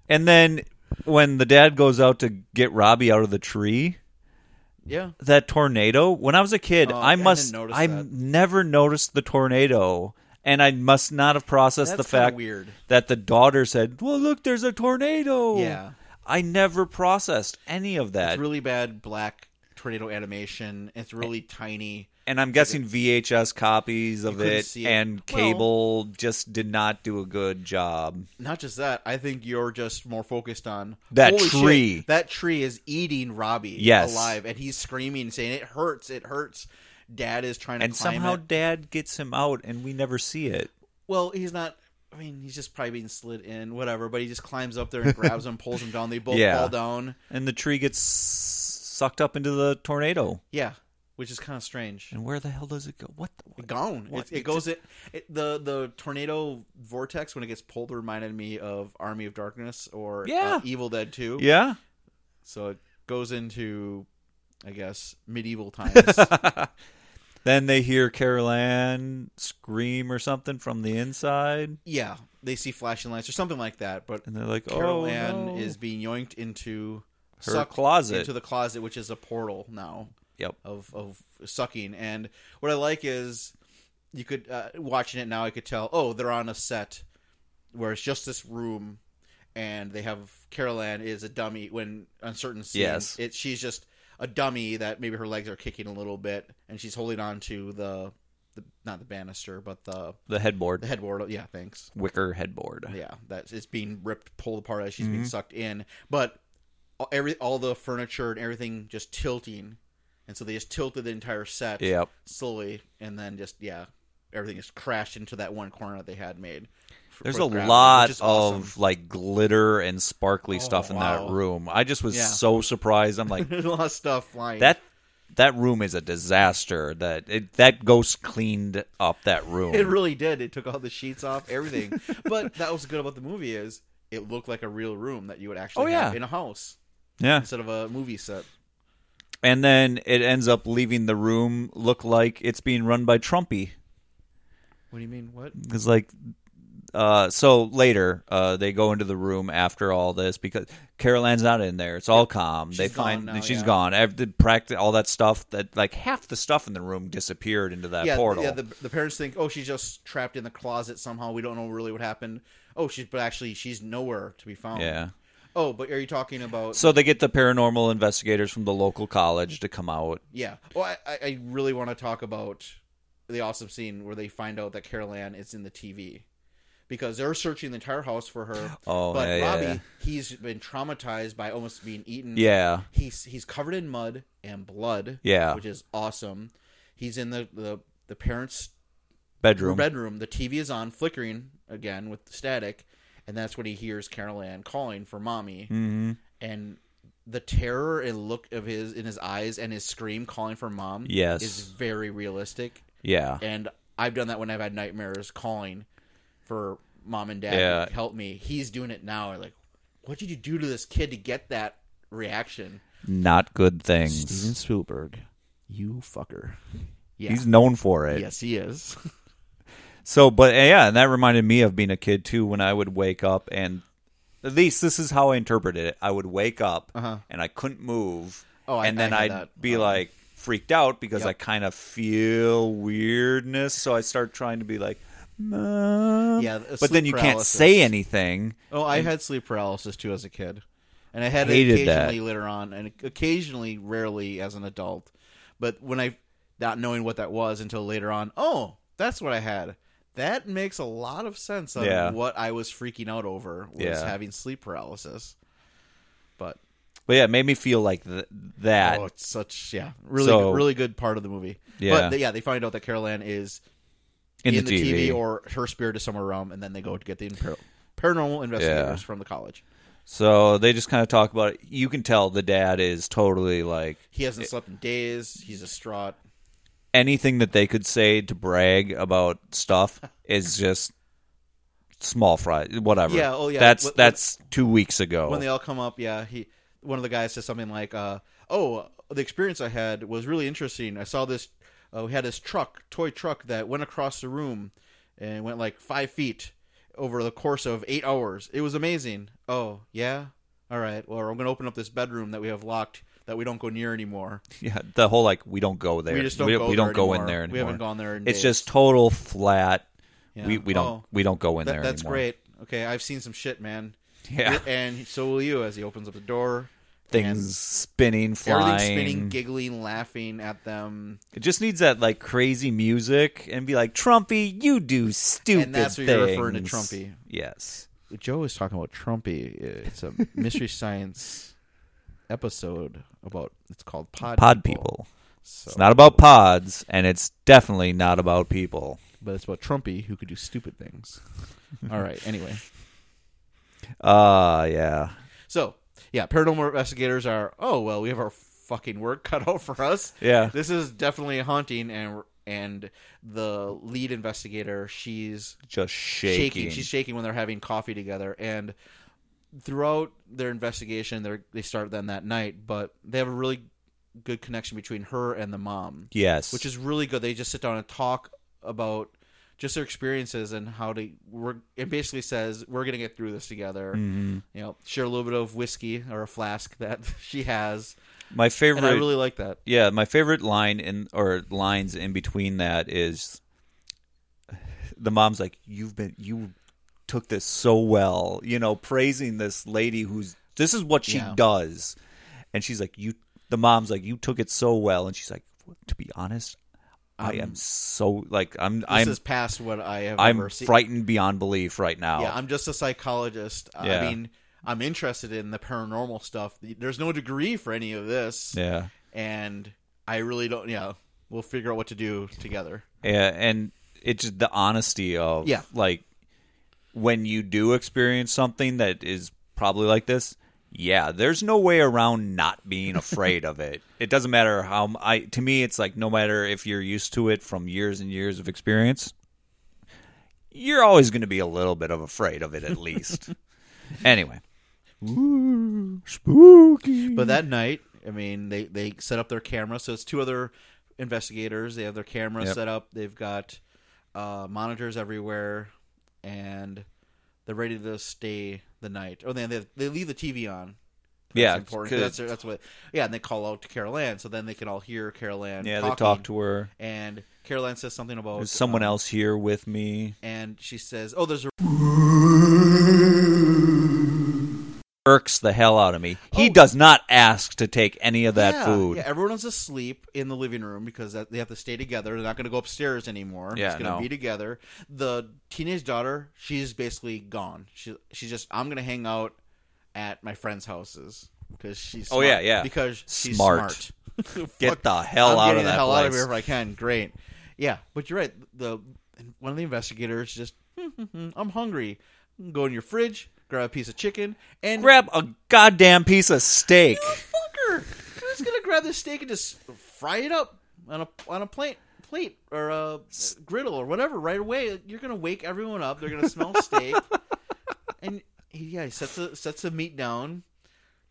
S2: And then when the dad goes out to get Robbie out of the tree,
S3: Yeah.
S2: that tornado when i was a kid
S3: Oh,
S2: i
S3: I
S2: must
S3: didn't notice
S2: i
S3: that.
S2: never noticed the tornado and i must not have processed the
S3: That's kinda
S2: fact
S3: weird.
S2: that the daughter said well look there's a tornado
S3: Yeah.
S2: i never processed any of that
S3: It's really bad black tornado animation. It's really tiny.
S2: and i'm guessing vhs copies of
S3: couldn't
S2: it
S3: see it.
S2: and
S3: Well-
S2: cable just did not do a good job
S3: Not just that, I think you're just more focused on
S2: That
S3: holy shit,
S2: tree.
S3: that tree is eating Robbie
S2: Yes.
S3: alive, and he's screaming, saying, "It hurts! It hurts!" Dad is trying to
S2: and
S3: climb
S2: somehow
S3: it.
S2: dad gets him out and we never see it
S3: Well, he's not. I mean, he's just probably being slid in, whatever. But he just climbs up there and grabs him, pulls him down. They both
S2: Yeah.
S3: fall down.
S2: and the tree gets sucked up into the tornado
S3: Yeah, which is kind of strange.
S2: and where the hell does it go what the what?
S3: Gone.
S2: What?
S3: It, it goes it, it the the tornado vortex when it gets pulled reminded me of Army of Darkness or uh,
S2: Yeah.
S3: Evil Dead Two.
S2: yeah
S3: So it goes into, I guess, medieval times.
S2: Then they hear Carol Ann scream or something from the inside,
S3: yeah, they see flashing lights or something like that. But
S2: and they're like,
S3: Carol
S2: "Oh,
S3: Ann
S2: no.
S3: is being yoinked into
S2: Her
S3: sucked
S2: closet.
S3: into the closet, which is a portal now
S2: yep."
S3: of of sucking. And what I like is you could uh, watching it now. I could tell. Oh, they're on a set where it's just this room, and they have Carol Ann is a dummy when on certain scenes.
S2: Yes.
S3: it she's just a dummy that maybe her legs are kicking a little bit, and she's holding on to the. the Not the banister, but the
S2: The headboard,
S3: the headboard. Yeah, thanks
S2: wicker headboard.
S3: yeah that it's being ripped pulled apart as she's
S2: Mm-hmm.
S3: being sucked in but all- every all the furniture and everything just tilting and so they just tilted the entire set
S2: Yep.
S3: slowly and then just yeah everything just crashed into that one corner that they had made for-
S2: There's
S3: for
S2: a
S3: gravity,
S2: lot
S3: which is
S2: of
S3: awesome. Oh,
S2: like glitter and sparkly stuff in
S3: wow.
S2: that room. I just was
S3: Yeah.
S2: so surprised. I'm like,
S3: There's a lot of stuff flying
S2: that that room is a disaster. That it, that ghost cleaned up that room.
S3: it really did it took all the sheets off everything but that was good about the movie is it looked like a real room that you would actually
S2: Oh,
S3: have
S2: yeah.
S3: in a house
S2: yeah.
S3: instead of a movie set
S2: And then it ends up leaving the room look like it's being run by Trumpy.
S3: what do you mean what
S2: because like uh so later uh they go into the room after all this because Carol Ann's not in there it's all calm they
S3: She's gone
S2: find
S3: now,
S2: she's
S3: yeah.
S2: gone Ev- the practice all that stuff that like half the stuff in the room disappeared into that
S3: yeah, th-
S2: portal
S3: Yeah, the, the parents think, oh, she's just trapped in the closet somehow. We don't know really what happened. Oh, she's but actually she's nowhere to be found.
S2: Yeah.
S3: Oh, but are you talking about?
S2: so they get the paranormal investigators from the local college to come out
S3: yeah. Well, I, I- I really want to talk about the awesome scene where they find out that Carol Ann is in the TV because they're searching the entire house for her.
S2: Oh,
S3: but
S2: yeah, yeah,
S3: Robbie,
S2: yeah.
S3: he's been traumatized by almost being eaten.
S2: yeah
S3: He's he's covered in mud and blood.
S2: Yeah.
S3: which is awesome. He's in the the, the parents'
S2: bedroom.
S3: bedroom. The TV is on, flickering again with the static, and that's when he hears Carol Ann calling for mommy.
S2: Mhm.
S3: And the terror and look of his in his eyes and his scream calling for mom
S2: Yes.
S3: is very realistic.
S2: Yeah.
S3: And I've done that when I've had nightmares calling for mom and dad
S2: Yeah.
S3: like, help me. He's doing it now. Like, what did you do to this kid to get that reaction?
S2: Not good things.
S3: Steven Spielberg, you fucker. Yeah.
S2: He's known for it.
S3: yes, he is.
S2: So, but eh, yeah, and that reminded me of being a kid too when I would wake up and at least this is how I interpreted it. I would wake up and I couldn't move.
S3: Uh-huh. Oh, I-
S2: and then
S3: I had
S2: would
S3: that.
S2: be
S3: Um,
S2: like freaked out because
S3: yep.
S2: I kind of feel weirdness. So I start trying to be like, Mom.
S3: Yeah, the
S2: but then
S3: sleep
S2: you can't
S3: paralysis.
S2: say anything.
S3: Oh, I had sleep paralysis too as a kid, and I had it
S2: Hated that.
S3: occasionally later on, and occasionally, rarely as an adult. But when I not knowing what that was until later on, oh, that's what I had. That makes a lot of sense on
S2: Yeah.
S3: what I was freaking out over was
S2: Yeah.
S3: having sleep paralysis. But
S2: But yeah, it made me feel like th- that.
S3: oh, it's such yeah, really
S2: So-
S3: really good part of the movie.
S2: Yeah.
S3: but yeah, they find out that Carol Ann is
S2: In
S3: in,
S2: the
S3: the, TV.
S2: TV.
S3: or her spirit is somewhere around, and then they go to get the impar- paranormal investigators from the college.
S2: So they just kind of talk about it. You can tell the dad is totally like
S3: He hasn't slept in days. He's distraught.
S2: anything that they could say to brag about stuff is just small fry whatever
S3: Yeah, oh, yeah.
S2: that's
S3: When-
S2: that's two weeks ago
S3: When they all come up, yeah, he one of the guys says something like, uh, "Oh, the experience I had was really interesting. I saw this. Uh, we had this truck, toy truck, that went across the room and went like five feet over the course of eight hours. It was amazing. Oh, yeah. All right. Well, I'm gonna open up this bedroom that we have locked." That we don't go near anymore.
S2: yeah, the whole like we don't go there
S3: We just don't
S2: we,
S3: go.
S2: we
S3: there
S2: don't go in
S3: anymore.
S2: there anymore
S3: We haven't gone there. In
S2: it's
S3: days.
S2: just total flat
S3: Yeah.
S2: we, we don't
S3: Oh,
S2: we don't go in
S3: that-
S2: there
S3: that's
S2: anymore.
S3: great. Okay, I've seen some shit, man.
S2: yeah
S3: and so will you as he opens up the door.
S2: things spinning
S3: and
S2: flying
S3: everything's spinning, giggling, laughing at them,
S2: it just needs that like crazy music and be like trumpy you do stupid
S3: and that's what
S2: things
S3: you're referring to Trumpy.
S2: yes
S3: Joe is talking about Trumpy. It's a mystery science episode about. It's called Pod
S2: pod people
S3: So,
S2: it's not about pods and it's definitely not about people
S3: but it's about Trumpy who could do stupid things. All right. Anyway,
S2: Ah, yeah.
S3: so yeah, paranormal investigators are. Oh well, we have our fucking work cut out for us.
S2: Yeah.
S3: This is definitely haunting, and and the lead investigator, she's
S2: Just shaking.
S3: She's shaking when they're having coffee together. And throughout their investigation, they they start then that night, but they have a really good connection between her and the mom,
S2: yes.
S3: which is really good. They just sit down and talk about just their experiences and how to work. It basically says we're going to get through this together.
S2: Mm-hmm.
S3: You know, share a little bit of whiskey or a flask that she has,
S2: my
S3: and
S2: favorite.
S3: I really like that.
S2: yeah, my favorite line in or lines in between that is the mom's like, "You've been you took this so well," you know, praising this lady who's this is what she
S3: Yeah.
S2: does, and she's like, "You." The mom's like, "You took it so well," and she's like, "To be honest." I am so like I'm
S3: Um, This
S2: I'm
S3: is past what I have
S2: I'm
S3: ever seen.
S2: frightened beyond belief right now.
S3: Yeah, I'm just a psychologist.
S2: Yeah.
S3: I mean, I'm interested in the paranormal stuff. There's no degree for any of this,
S2: yeah.
S3: and I really don't. Yeah, we'll figure out what to do together.
S2: Yeah, and it's just the honesty of
S3: Yeah.
S2: like when you do experience something that is probably like this. Yeah, there's no way around not being afraid of it. It doesn't matter how m- I to me it's like no matter if you're used to it from years and years of experience, you're always going to be a little bit of afraid of it at least. anyway, spooky.
S3: But that night, I mean, they they set up their camera. So it's two other investigators. They have their camera
S2: Yep.
S3: set up. They've got uh, monitors everywhere, and they're ready to stay the night. Oh, they they, they leave the TV on. That's
S2: Yeah,
S3: important.
S2: 'cause-
S3: That's that's what. Yeah, and they call out to Carol Ann, so then they can all hear Carol Ann.
S2: yeah, they
S3: talking.
S2: talk to her.
S3: and Caroline says something about
S2: There's someone
S3: um,
S2: else here with me.
S3: and she says, "Oh, there's a
S2: irks the hell out of me. He
S3: Oh.
S2: does not ask to take any of that
S3: Yeah,
S2: food.
S3: Yeah, everyone's asleep in the living room because that- they have to stay together. They're not going to go upstairs anymore.
S2: Yeah,
S3: it's going to
S2: no.
S3: be together. The teenage daughter, she's basically gone. She she's just I'm going to hang out at my friends' houses because she's
S2: Oh, yeah,
S3: smart.
S2: yeah.
S3: because she's
S2: Smart.
S3: smart.
S2: Get the hell
S3: I'm
S2: out
S3: getting
S2: of that
S3: the hell
S2: place.
S3: out of here if I can. Great. Yeah, but you're right. The one of the investigators just, "Hmm, I'm hungry. Go in your fridge, grab a piece of chicken, and
S2: Grab a goddamn piece of steak.
S3: fucker. I'm just gonna grab this steak and just fry it up on a on a plate plate or a griddle or whatever right away. You're gonna wake everyone up. They're gonna smell steak. And he, yeah, he sets the sets the meat down,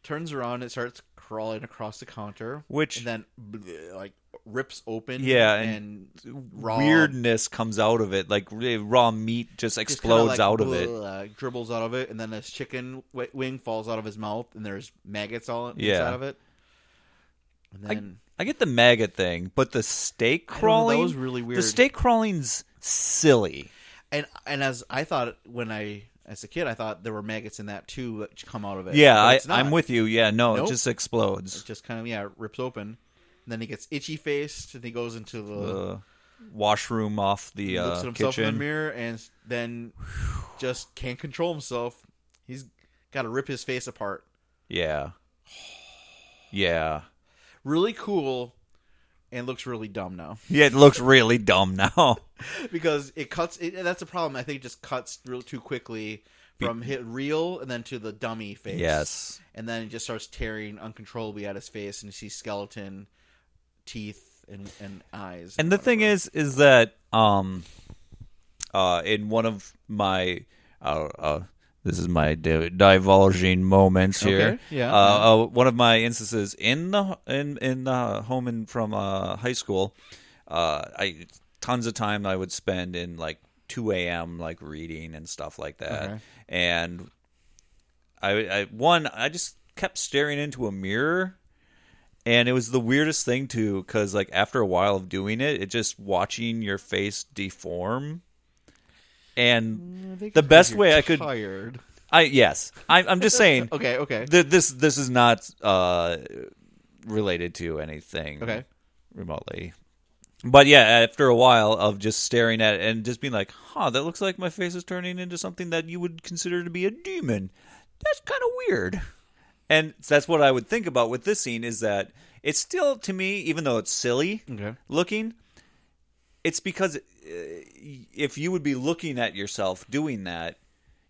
S3: turns around, it starts crawling across the counter,
S2: Which-
S3: and then bleh, like rips open.
S2: Yeah,
S3: and,
S2: and
S3: raw
S2: Weirdness comes out of it. Like really raw meat
S3: just
S2: just
S3: kinda,
S2: explodes
S3: like,
S2: out of it.
S3: bleh, like, dribbles out of it, and then this chicken wi- wing falls out of his mouth, and there's maggots all
S2: Yeah.
S3: inside of it. And then.
S2: I get the maggot thing, but the steak
S3: I don't know,
S2: crawling
S3: That was really weird.
S2: The steak crawling's silly.
S3: and and as I thought when I as a kid, I thought there were maggots in that too that come out of it.
S2: Yeah,
S3: But
S2: I,
S3: it's not.
S2: I'm with you. Yeah, no,
S3: Nope.
S2: it just explodes.
S3: It just kind of yeah rips open, and then he gets itchy faced, and he goes into the
S2: The washroom off the
S3: looks at
S2: uh,
S3: himself in the
S2: kitchen.
S3: mirror, and then just can't control himself. He's got to rip his face apart.
S2: Yeah, yeah,
S3: Really cool, and looks really dumb now
S2: yeah. It looks really dumb now.
S3: because it cuts. It, that's a problem. I think it just cuts real too quickly from hit real and then to the dummy face.
S2: yes,
S3: and then it just starts tearing uncontrollably at his face, and you see skeleton, teeth, and, and eyes.
S2: and the thing is, is that um, uh, in one of my uh, uh this is my di- divulging moments here.
S3: Okay, yeah.
S2: Uh, uh, one of my instances in the in in the home and from uh, high school, uh, I tons of time I would spend in like 2 a.m. like reading and stuff like that,
S3: Okay.
S2: and I, I one I just kept staring into a mirror. And it was the weirdest thing too, because like after a while of doing it, it just watching your face deform, and the best way I could,
S3: tired.
S2: I yes, I, I'm just saying,
S3: Okay, okay,
S2: Th- this this is not uh, related to anything
S3: Okay.
S2: remotely. But yeah, after a while of just staring at it and just being like, huh, that looks like my face is turning into something that you would consider to be a demon. That's kind of weird. And that's what I would think about with this scene is that it's still, to me, even though it's silly
S3: Okay.
S2: looking, it's because uh, if you would be looking at yourself doing that,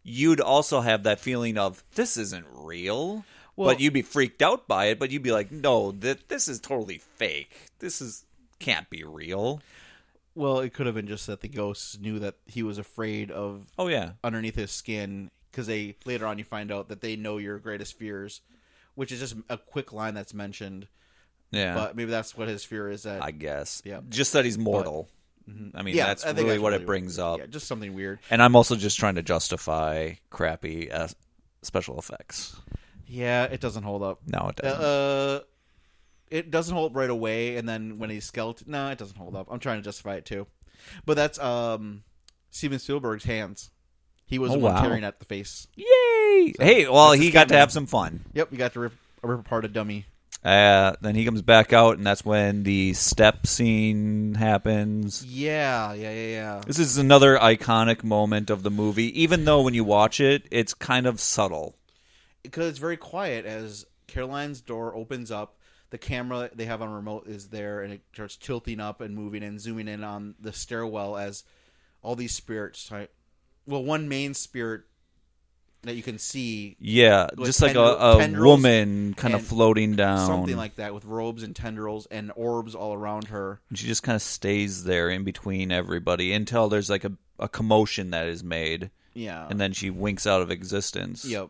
S2: you'd also have that feeling of this isn't real.
S3: Well-
S2: but you'd be freaked out by it, but you'd be like, no, th- this is totally fake. This is can't be real.
S3: Well, it could have been just that the ghosts knew that he was afraid of
S2: Oh yeah.
S3: underneath his skin because they later on you find out that they know your greatest fears, which is just a quick line that's mentioned.
S2: Yeah.
S3: But maybe that's what his fear is. That
S2: I guess.
S3: Yeah.
S2: Just that he's mortal. I mean,
S3: yeah,
S2: that's
S3: I
S2: really
S3: think that's
S2: what
S3: really
S2: it brings up.
S3: yeah, just something weird.
S2: And I'm also just trying to justify crappy uh, special effects.
S3: Yeah, it doesn't hold up.
S2: No, it doesn't.
S3: Uh, it doesn't hold up right away, and then when he's skeleton, no, it doesn't hold up. I'm trying to justify it too, but that's um Steven Spielberg's hands. He was
S2: Oh,
S3: the one
S2: wow.
S3: tearing at the face.
S2: Yay! hey, well,
S3: that's
S2: he
S3: his
S2: got to
S3: cameo.
S2: have some fun.
S3: Yep, you got to rip, rip apart a dummy.
S2: Uh, then he comes back out, and that's when the step scene happens.
S3: Yeah, yeah, yeah, yeah.
S2: This is another iconic moment of the movie, even though when you watch it, it's kind of subtle.
S3: Because it's very quiet as Caroline's door opens up. The camera they have on remote is there, and it starts tilting up and moving and zooming in on the stairwell as all these spirits. Try- well, one main spirit that you can see
S2: Yeah,
S3: Like
S2: just like a,
S3: tendril-
S2: a
S3: tendrils
S2: woman kind of
S3: and
S2: floating down.
S3: something like that with robes and tendrils and orbs all around her.
S2: And she just kind of stays there in between everybody until there's like a, a commotion that is made,
S3: Yeah.
S2: and then she winks out of existence.
S3: yep.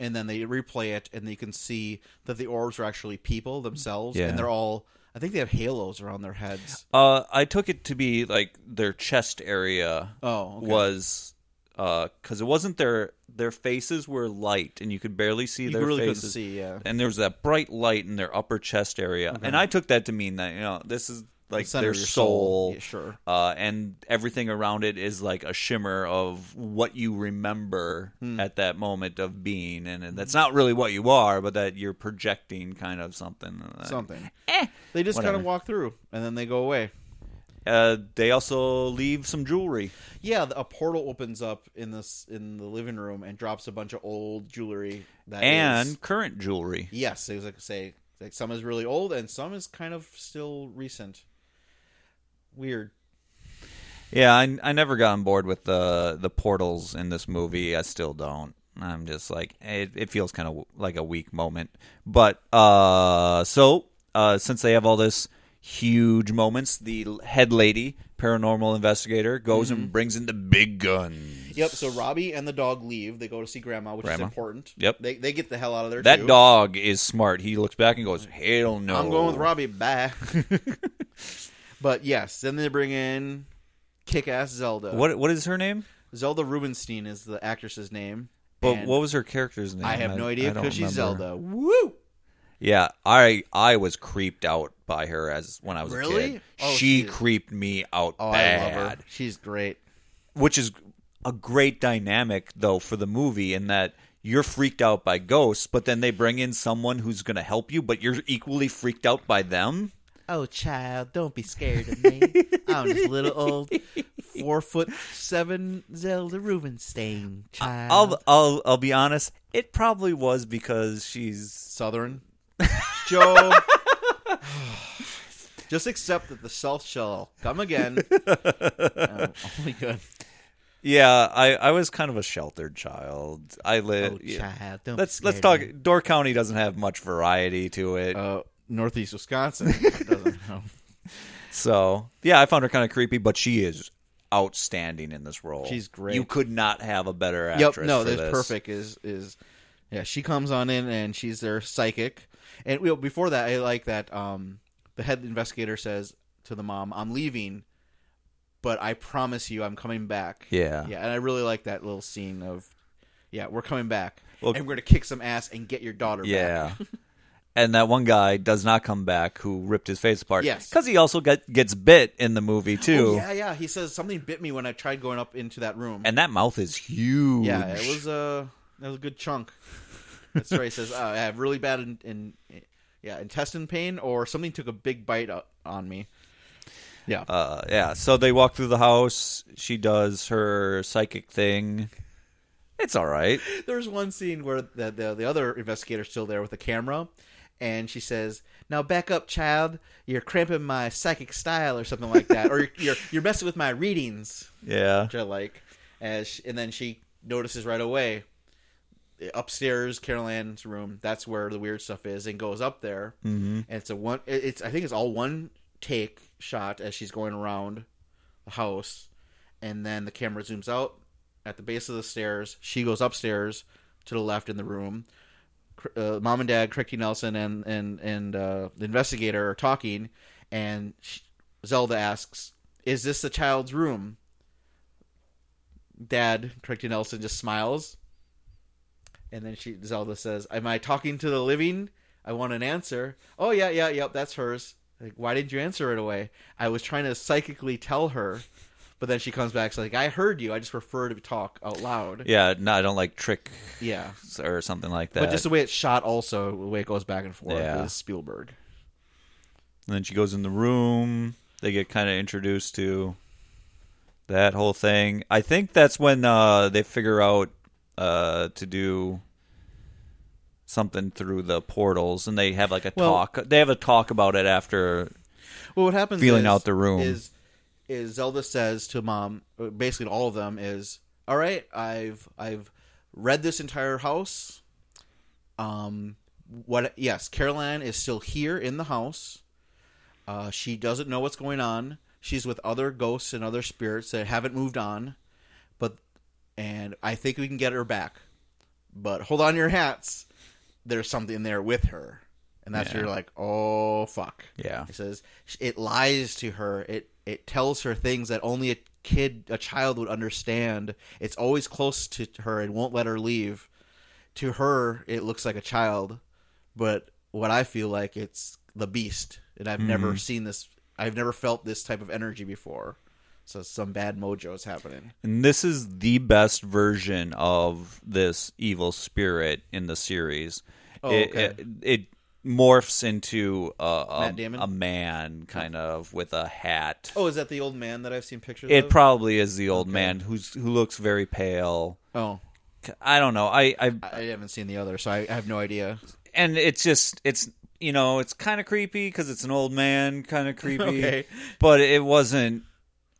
S3: And then they replay it, and you can see that the orbs are actually people themselves,
S2: Yeah.
S3: and they're all. I think they have halos around their heads.
S2: Uh, I took it to be like their chest area
S3: Oh, okay.
S2: was because it wasn't their their faces were light and you could barely see
S3: you
S2: their
S3: really couldn't
S2: faces.
S3: see. Yeah,
S2: And there was that bright light in their upper chest area, and I took that to mean that you know this is like
S3: center
S2: their
S3: of your
S2: soul,
S3: Yeah, sure.
S2: uh, and everything around it is like a shimmer of what you remember
S3: Hmm.
S2: at that moment of being, and, and that's not really what you are, but that you're projecting kind of something.
S3: Something. they just kind of
S2: whatever.
S3: walk through, and then they go away.
S2: Uh, they also leave some jewelry.
S3: Yeah, the- a portal opens up in this in the living room and drops a bunch of old jewelry. That
S2: and
S3: is-
S2: current jewelry.
S3: Yes, it was like say like some is really old and some is kind of still recent. Weird.
S2: Yeah, I, I never got on board with the the portals in this movie. I still don't. I'm just like it, it feels kind of like a weak moment. But uh, so uh, since they have all this huge moments, the head lady paranormal investigator goes
S3: Mm-hmm.
S2: and brings in the big guns.
S3: Yep. So Robbie and the dog leave. They go to see Grandma, which
S2: Grandma.
S3: is important.
S2: Yep.
S3: They they get the hell out of there.
S2: That
S3: too.
S2: dog is smart. He looks back and goes, "Hell no!"
S3: I'm going with Robbie. Bye. but yes, then they bring in kick-ass Zelda.
S2: What what is her name?
S3: Zelda Rubinstein is the actress's name.
S2: But
S3: and
S2: what was her character's name?
S3: I have no
S2: I
S3: idea
S2: don't
S3: because she's
S2: remember.
S3: Zelda. Woo!
S2: Yeah, I I was creeped out by her as when I was a
S3: Really?
S2: kid.
S3: Oh,
S2: she
S3: she's-
S2: creeped me out
S3: Oh,
S2: bad,
S3: I love her. She's great.
S2: which is a great dynamic though for the movie in that you're freaked out by ghosts, but then they bring in someone who's going to help you, but you're equally freaked out by them.
S3: Oh, child, don't be scared of me. I'm this little old four foot seven Zelda Rubinstein
S2: Uh,
S3: child.
S2: I'll I'll I'll be honest, it probably was because she's
S3: Southern Joe. Just accept that the South shall come again. oh, my God.
S2: yeah. I, I was kind of a sheltered child. I live.
S3: Oh, child, don't be
S2: Let's let's talk.
S3: scared of
S2: Door County doesn't have much variety to it.
S3: me. Uh, Northeast Wisconsin doesn't know.
S2: So yeah, I found her kind of creepy, but she is outstanding in this role.
S3: She's great.
S2: You could not have a better
S3: Yep,
S2: actress.
S3: no,
S2: for
S3: that's
S2: this.
S3: perfect. Is is yeah, she comes on in and she's their psychic. And well, before that, I like that um, the head investigator says to the mom, "I'm leaving, but I promise you, I'm coming back."
S2: Yeah.
S3: yeah, and I really like that little scene of, yeah, we're coming back,
S2: Well-
S3: and we're gonna kick some ass and get your daughter. back.
S2: Yeah. and that one guy does not come back who ripped his face apart.
S3: Yes.
S2: because he also get, gets bit in the movie too.
S3: Oh, yeah, yeah. He says something bit me when I tried going up into that room.
S2: And that mouth is huge.
S3: yeah, it was a that was a good chunk. That's right. He says oh, I have really bad in, in yeah intestine pain or something took a big bite o- on me. Yeah,
S2: Uh, yeah. So they walk through the house. She does her psychic thing. It's all right.
S3: there's one scene where the, the the other investigator's still there with the camera, and she says, "Now back up, child. You're cramping my psychic style or something like that, or you're you're, you're messing with my readings."
S2: Yeah.
S3: which I like. As sh and then she notices right away upstairs Carol Ann's room. That's where the weird stuff is, and goes up there. Mm-hmm. And it's a one. it- It's I think it's all one take shot as she's going around the house, and then the camera zooms out at the base of the stairs. She goes upstairs to the left in the room. Cr- Uh, Mom and Dad, Cricky Nelson, and and and uh, the investigator are talking, and sh Zelda asks, "Is this the child's room?" Dad, Cricky Nelson, just smiles, and then she Zelda says, "Am I talking to the living? I want an answer." Oh yeah, yeah, yep, that's hers. Like, why didn't you answer it away? I was trying to psychically tell her, but then she comes back she's like, "I heard you. I just prefer to talk out loud."
S2: Yeah. No, I don't like tricks
S3: Yeah,
S2: or something like that.
S3: but just the way it's shot, also the way it goes back and forth
S2: Yeah.
S3: is Spielberg.
S2: And then she goes in the room. They get kind of introduced to that whole thing. I think that's when uh, they figure out uh, to do something through the portals, and they have like a
S3: Well-
S2: talk. They have a talk about it after.
S3: Well, what happens?
S2: Feeling
S3: is-
S2: out the room.
S3: is is Zelda says to mom, uh, basically to all of them, is all right. I've I've read this entire house. Um, what? Yes, Caroline is still here in the house. Uh, she doesn't know what's going on. She's with other ghosts and other spirits that haven't moved on, but and I think we can get her back. But hold on to your hats. There's something there with her, and that's where you're like, oh fuck.
S2: Yeah,
S3: It says it lies to her. It it tells her things that only a kid, a child would understand. It's always close to her and won't let her leave. To her, it looks like a child, but what I feel like it's the beast, and I've never seen this. I've never felt this type of energy before. So some bad mojo is happening.
S2: and this is the best version of this evil spirit in the series.
S3: Oh,
S2: it,
S3: okay.
S2: it, it morphs into a,
S3: Matt
S2: a,
S3: Damon?
S2: a man, kind of with a hat.
S3: Oh, is that the old man that I've seen pictures?
S2: It
S3: of?
S2: probably is the old man who's who looks very pale.
S3: oh,
S2: I don't know. I, I
S3: I haven't seen the other, so I, I have no idea.
S2: and it's just it's you know it's kind of creepy because it's an old man, kind of creepy.
S3: Okay.
S2: But it wasn't.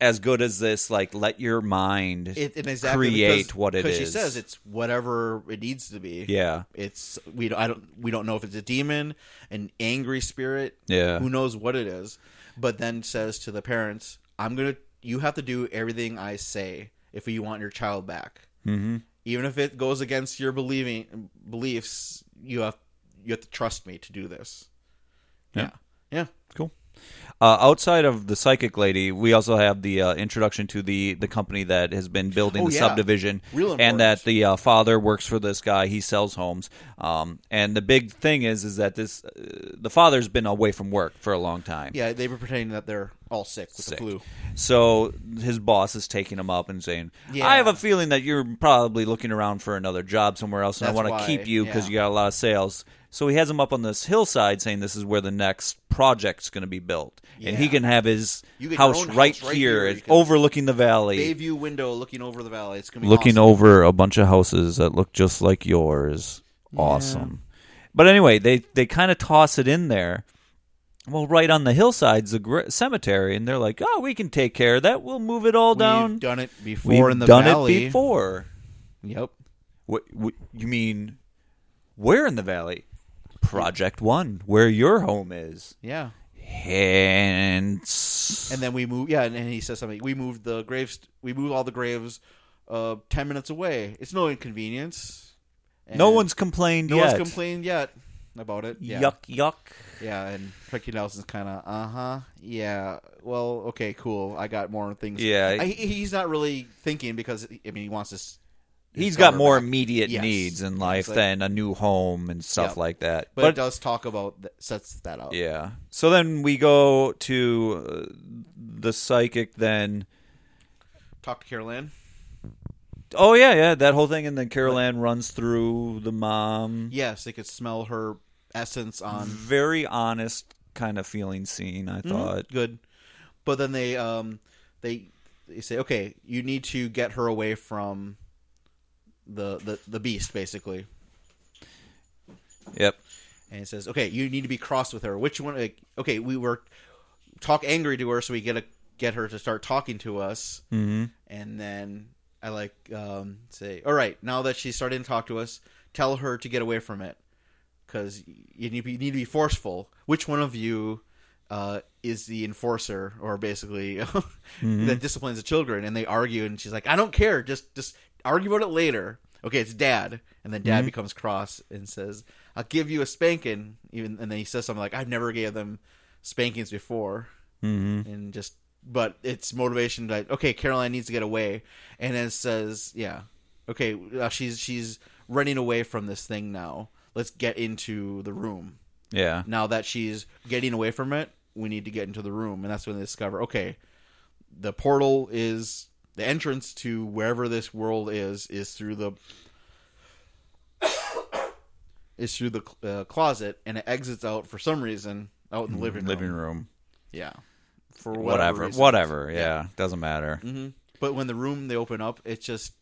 S2: as good as this. Like, let your mind
S3: It, and exactly
S2: create
S3: because,
S2: what it
S3: because She
S2: is.
S3: says it's whatever it needs to be.
S2: Yeah.
S3: it's we don't, I don't we don't know if it's a demon, an angry spirit,
S2: Yeah.
S3: who knows what it is. But then says to the parents, "I'm gonna you have to do everything I say if you want your child back,
S2: Mm-hmm.
S3: even if it goes against your believing beliefs. You have you have to trust me to do this."
S2: Yeah.
S3: yeah,
S2: Cool. Uh, outside of the psychic lady, we also have the uh, introduction to the the company that has been building
S3: Oh,
S2: the
S3: yeah.
S2: subdivision,
S3: Real important.
S2: and that the uh, father works for this guy. He sells homes, um, and the big thing is is that this uh, the father's been away from work for a long time.
S3: yeah. They were pretending that they're all sick with the
S2: Sick.
S3: flu.
S2: So his boss is taking him up and saying,
S3: Yeah.
S2: "I have a feeling that you're probably looking around for another job somewhere else, and
S3: That's
S2: I want
S3: why,
S2: to keep you because
S3: yeah.
S2: you got a lot of sales." So he has him up on this hillside, saying, "This is where the next project's going to be built, and he
S3: Yeah.
S2: can have his
S3: You get your
S2: house
S3: own
S2: right,
S3: house right
S2: here,
S3: here.
S2: it's
S3: You can-
S2: overlooking the valley,
S3: Bayview window looking over the valley. It's gonna be
S2: looking
S3: awesome.
S2: over a bunch of houses that look just like yours. Awesome." But anyway, they they kind of toss it in there. Well, right on the hillside's a gr- cemetery, and they're like, "Oh, we can take care of that. We'll move it all down."
S3: We've done it before
S2: We've
S3: in the
S2: done
S3: valley.
S2: it before.
S3: Yep.
S2: What, what you mean? Where in the valley? Project One, where your home is.
S3: Yeah.
S2: Hence,
S3: And then we move. Yeah, and, and he says something. We moved the graves. We moved all the graves uh, ten minutes away. It's no inconvenience. And
S2: no one's complained
S3: no
S2: yet.
S3: one's complained yet about it. Yeah.
S2: Yuck, yuck.
S3: Yeah. And Frankie Nelson's kind of uh huh. Yeah. Well, okay, cool. I got more things.
S2: Yeah.
S3: I, he- he's not really thinking because I mean he wants this. his
S2: He's got
S3: daughter
S2: more
S3: back.
S2: immediate
S3: Yes.
S2: needs in life
S3: It's like-
S2: than a new home and stuff
S3: Yep.
S2: like that.
S3: but, it does talk about th- sets that up.
S2: yeah. So then we go to uh, the psychic. Then
S3: Talk to Carol Ann.
S2: oh yeah, yeah, that whole thing, and then Carol Ann runs through the mom.
S3: Yes, they could smell her essence on
S2: very honest kind of feeling scene.
S3: Mm-hmm.
S2: I thought.
S3: good. But then they um they they say, okay, you need to get her away from the the, the beast basically.
S2: Yep.
S3: And it says, okay, you need to be cross with her. Which one? Like, okay, we were talk angry to her, so we get a get her to start talking to us.
S2: Mm-hmm.
S3: And then I like um, say, all right, now that she's starting to talk to us, tell her to get away from it because you need, you need to be forceful. Which one of you uh, is the enforcer or basically that disciplines the children? And they argue, and she's like, I don't care, just just argue about it later. Okay, it's dad, and then dad becomes cross and says, "I'll give you a spanking." Even and then he says something like, "I've never gave them spankings before."
S2: Mm-hmm.
S3: and just but it's motivation that okay caroline needs to get away and it says yeah okay uh, she's she's running away from this thing now let's get into the room
S2: Yeah.
S3: now that she's getting away from it we need to get into the room and that's when they discover okay the portal is the entrance to wherever this world is is through the is through the cl- uh, closet and it exits out for some reason out in the living room
S2: Mm-hmm. Living room.
S3: yeah. For
S2: Whatever.
S3: reason.
S2: Whatever. Yeah. Doesn't matter.
S3: Mhm. But when the room they open up, it's just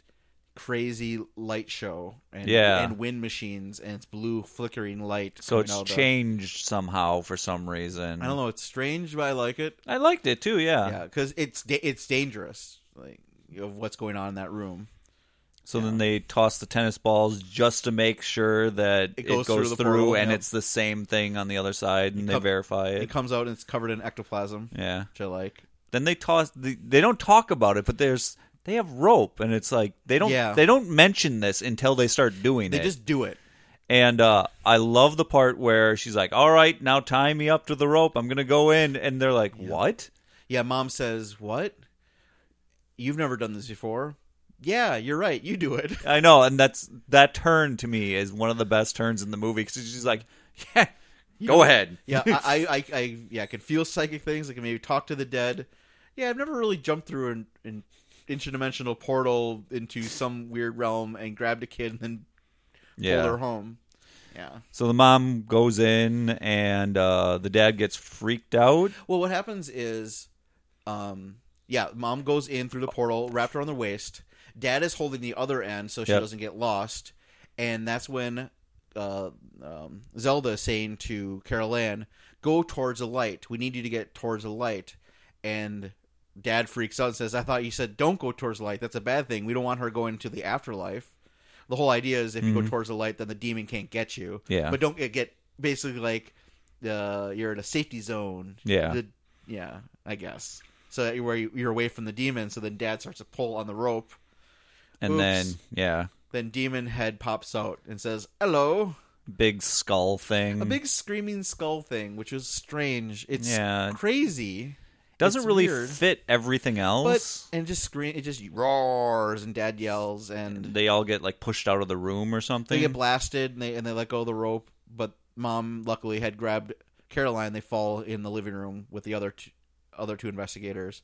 S3: crazy light show and,
S2: Yeah.
S3: and wind machines and it's blue flickering light.
S2: So
S3: coming
S2: it's
S3: out of the-
S2: changed somehow for some reason.
S3: I don't know. It's strange, but I like it.
S2: I liked it too. Yeah.
S3: Yeah, because it's da- it's dangerous, like of what's going on in that room.
S2: So then they toss the tennis balls just to make sure that it goes, through,
S3: the portal,
S2: and
S3: yeah.
S2: it's the same thing on the other side, and they
S3: come-
S2: verify
S3: It
S2: it.
S3: comes out and it's covered in ectoplasm,
S2: yeah.
S3: which I like.
S2: Then they toss. They, they don't talk about it, but there's they have rope, and it's like they don't.
S3: Yeah.
S2: They don't mention this until they start doing
S3: They
S2: it.
S3: just do it.
S2: And uh, I love the part where she's like, "All right, now tie me up to the rope. I'm gonna go in." And they're like, "What?"
S3: Yeah, mom says, "What? You've never done this before." Yeah, you're right. You do it.
S2: I know, and that's that turn to me is one of the best turns in the movie because she's like, "Yeah, go ahead."
S3: Yeah, I, I, I, I yeah, I can feel psychic things. I can maybe talk to the dead. Yeah, I've never really jumped through an, an interdimensional portal into some weird realm and grabbed a kid and then pulled her
S2: Yeah.
S3: home. Yeah.
S2: So the mom goes in, and uh, the dad gets freaked out.
S3: Well, what happens is, um, yeah, mom goes in through the portal, wrapped around the waist. Dad is holding the other end so she
S2: Yep.
S3: doesn't get lost, and that's when uh, um, Zelda is saying to Carol Ann, "Go towards the light. We need you to get towards the light." And dad freaks out and says, "I thought you said don't go towards the light. That's a bad thing. We don't want her going to the afterlife." The whole idea is if you go towards the light, then the demon can't get you.
S2: Mm-hmm. Yeah.
S3: But don't get, get basically like uh, you're in a safety zone.
S2: Yeah.
S3: The- yeah, I guess. So that you're, where you- you're away from the demon. So then dad starts to pull on the rope.
S2: and
S3: Oops.
S2: then yeah,
S3: Then demon head pops out and says, "Hello."
S2: big skull thing.
S3: A big screaming skull thing, which was strange. It's
S2: Yeah.
S3: crazy.
S2: doesn't
S3: it's
S2: really
S3: weird.
S2: fit everything
S3: But
S2: else.
S3: and it just scream, it just roars and dad yells and
S2: they all get like pushed out of the room or
S3: they
S2: something.
S3: get blasted and they and they let go of the rope. But mom luckily had grabbed Caroline. They fall in the living room with the other two, other two investigators,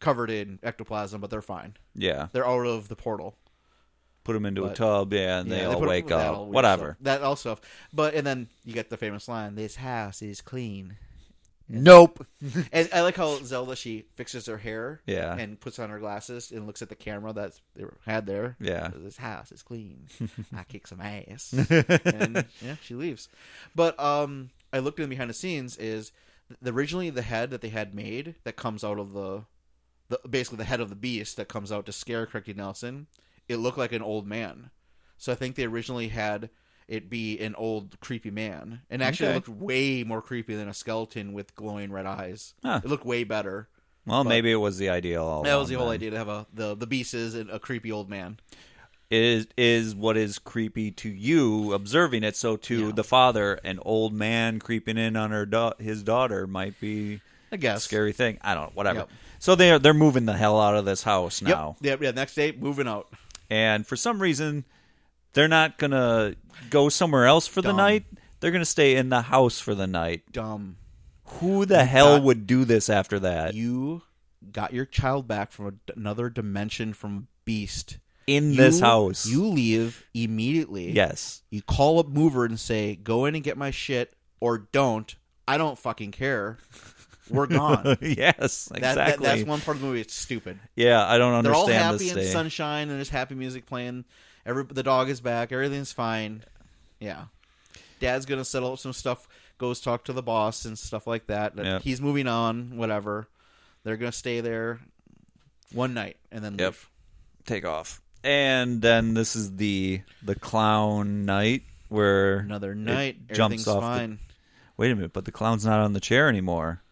S3: covered in ectoplasm, but they're fine.
S2: yeah,
S3: They're out of the portal.
S2: put them into a
S3: But-
S2: tub. Yeah, and they
S3: Yeah,
S2: all
S3: put-
S2: wake
S3: that
S2: up.
S3: all weird
S2: Whatever.
S3: stuff- that all stuff. But and then you get the famous line: "This house is clean."
S1: Nope.
S3: And I like how Zelda she fixes her hair,
S2: Yeah.
S3: and puts on her glasses and looks at the camera that they had there.
S2: Yeah.
S3: this house is clean. I kick some ass, and yeah, she leaves. But um, I looked in behind the scenes. Is the, originally the head that they had made that comes out of the, the basically the head of the beast that comes out to scare Cracky Nelson. It looked like an old man, so I think they originally had it be an old creepy man, and actually
S2: Okay.
S3: it looked way more creepy than a skeleton with glowing red eyes.
S2: Huh.
S3: It looked way better.
S2: Well, maybe it was the idea all.
S3: That was
S2: along
S3: the whole
S2: then.
S3: idea to have a the the beast is a creepy old man.
S2: Is is what is creepy to you observing it? So to
S3: Yeah.
S2: the father, an old man creeping in on her da- his daughter might be
S3: I
S2: a
S3: guess.
S2: scary thing. I don't know. Whatever.
S3: Yep.
S2: So they're they're moving the hell out of this house
S3: Yep.
S2: now,
S3: Yeah, yeah. Next day, moving out.
S2: and for some reason, they're not gonna go somewhere else for the
S3: Dumb.
S2: night. They're gonna stay in the house for the night.
S3: Dumb.
S2: Who the hell
S3: got-
S2: would do this after that?
S3: You got your child back from a, another dimension from a beast.
S2: in
S3: You-
S2: this house.
S3: you leave immediately.
S2: yes.
S3: You call up mover and say, "Go in and get my shit," or don't. I don't fucking care. We're gone. That-
S2: yes, exactly.
S3: that, that's one part of the movie. It's stupid.
S2: yeah, I don't
S3: They're all
S2: understand
S3: happy
S2: this
S3: and
S2: day.
S3: sunshine, and there's happy music playing. Every the dog is back. Everything's fine. Yeah, dad's gonna settle up some stuff. Goes talk to the boss and stuff like that.
S2: Yeah.
S3: He's moving on. Whatever. They're gonna stay there one night and then
S2: Yep.
S3: leave.
S2: Take off. And then this is the the clown night where
S3: Another
S2: it
S3: night.
S2: jumps
S3: Everything's
S2: off. the-
S3: fine.
S2: wait a minute, but the clown's not on the chair anymore.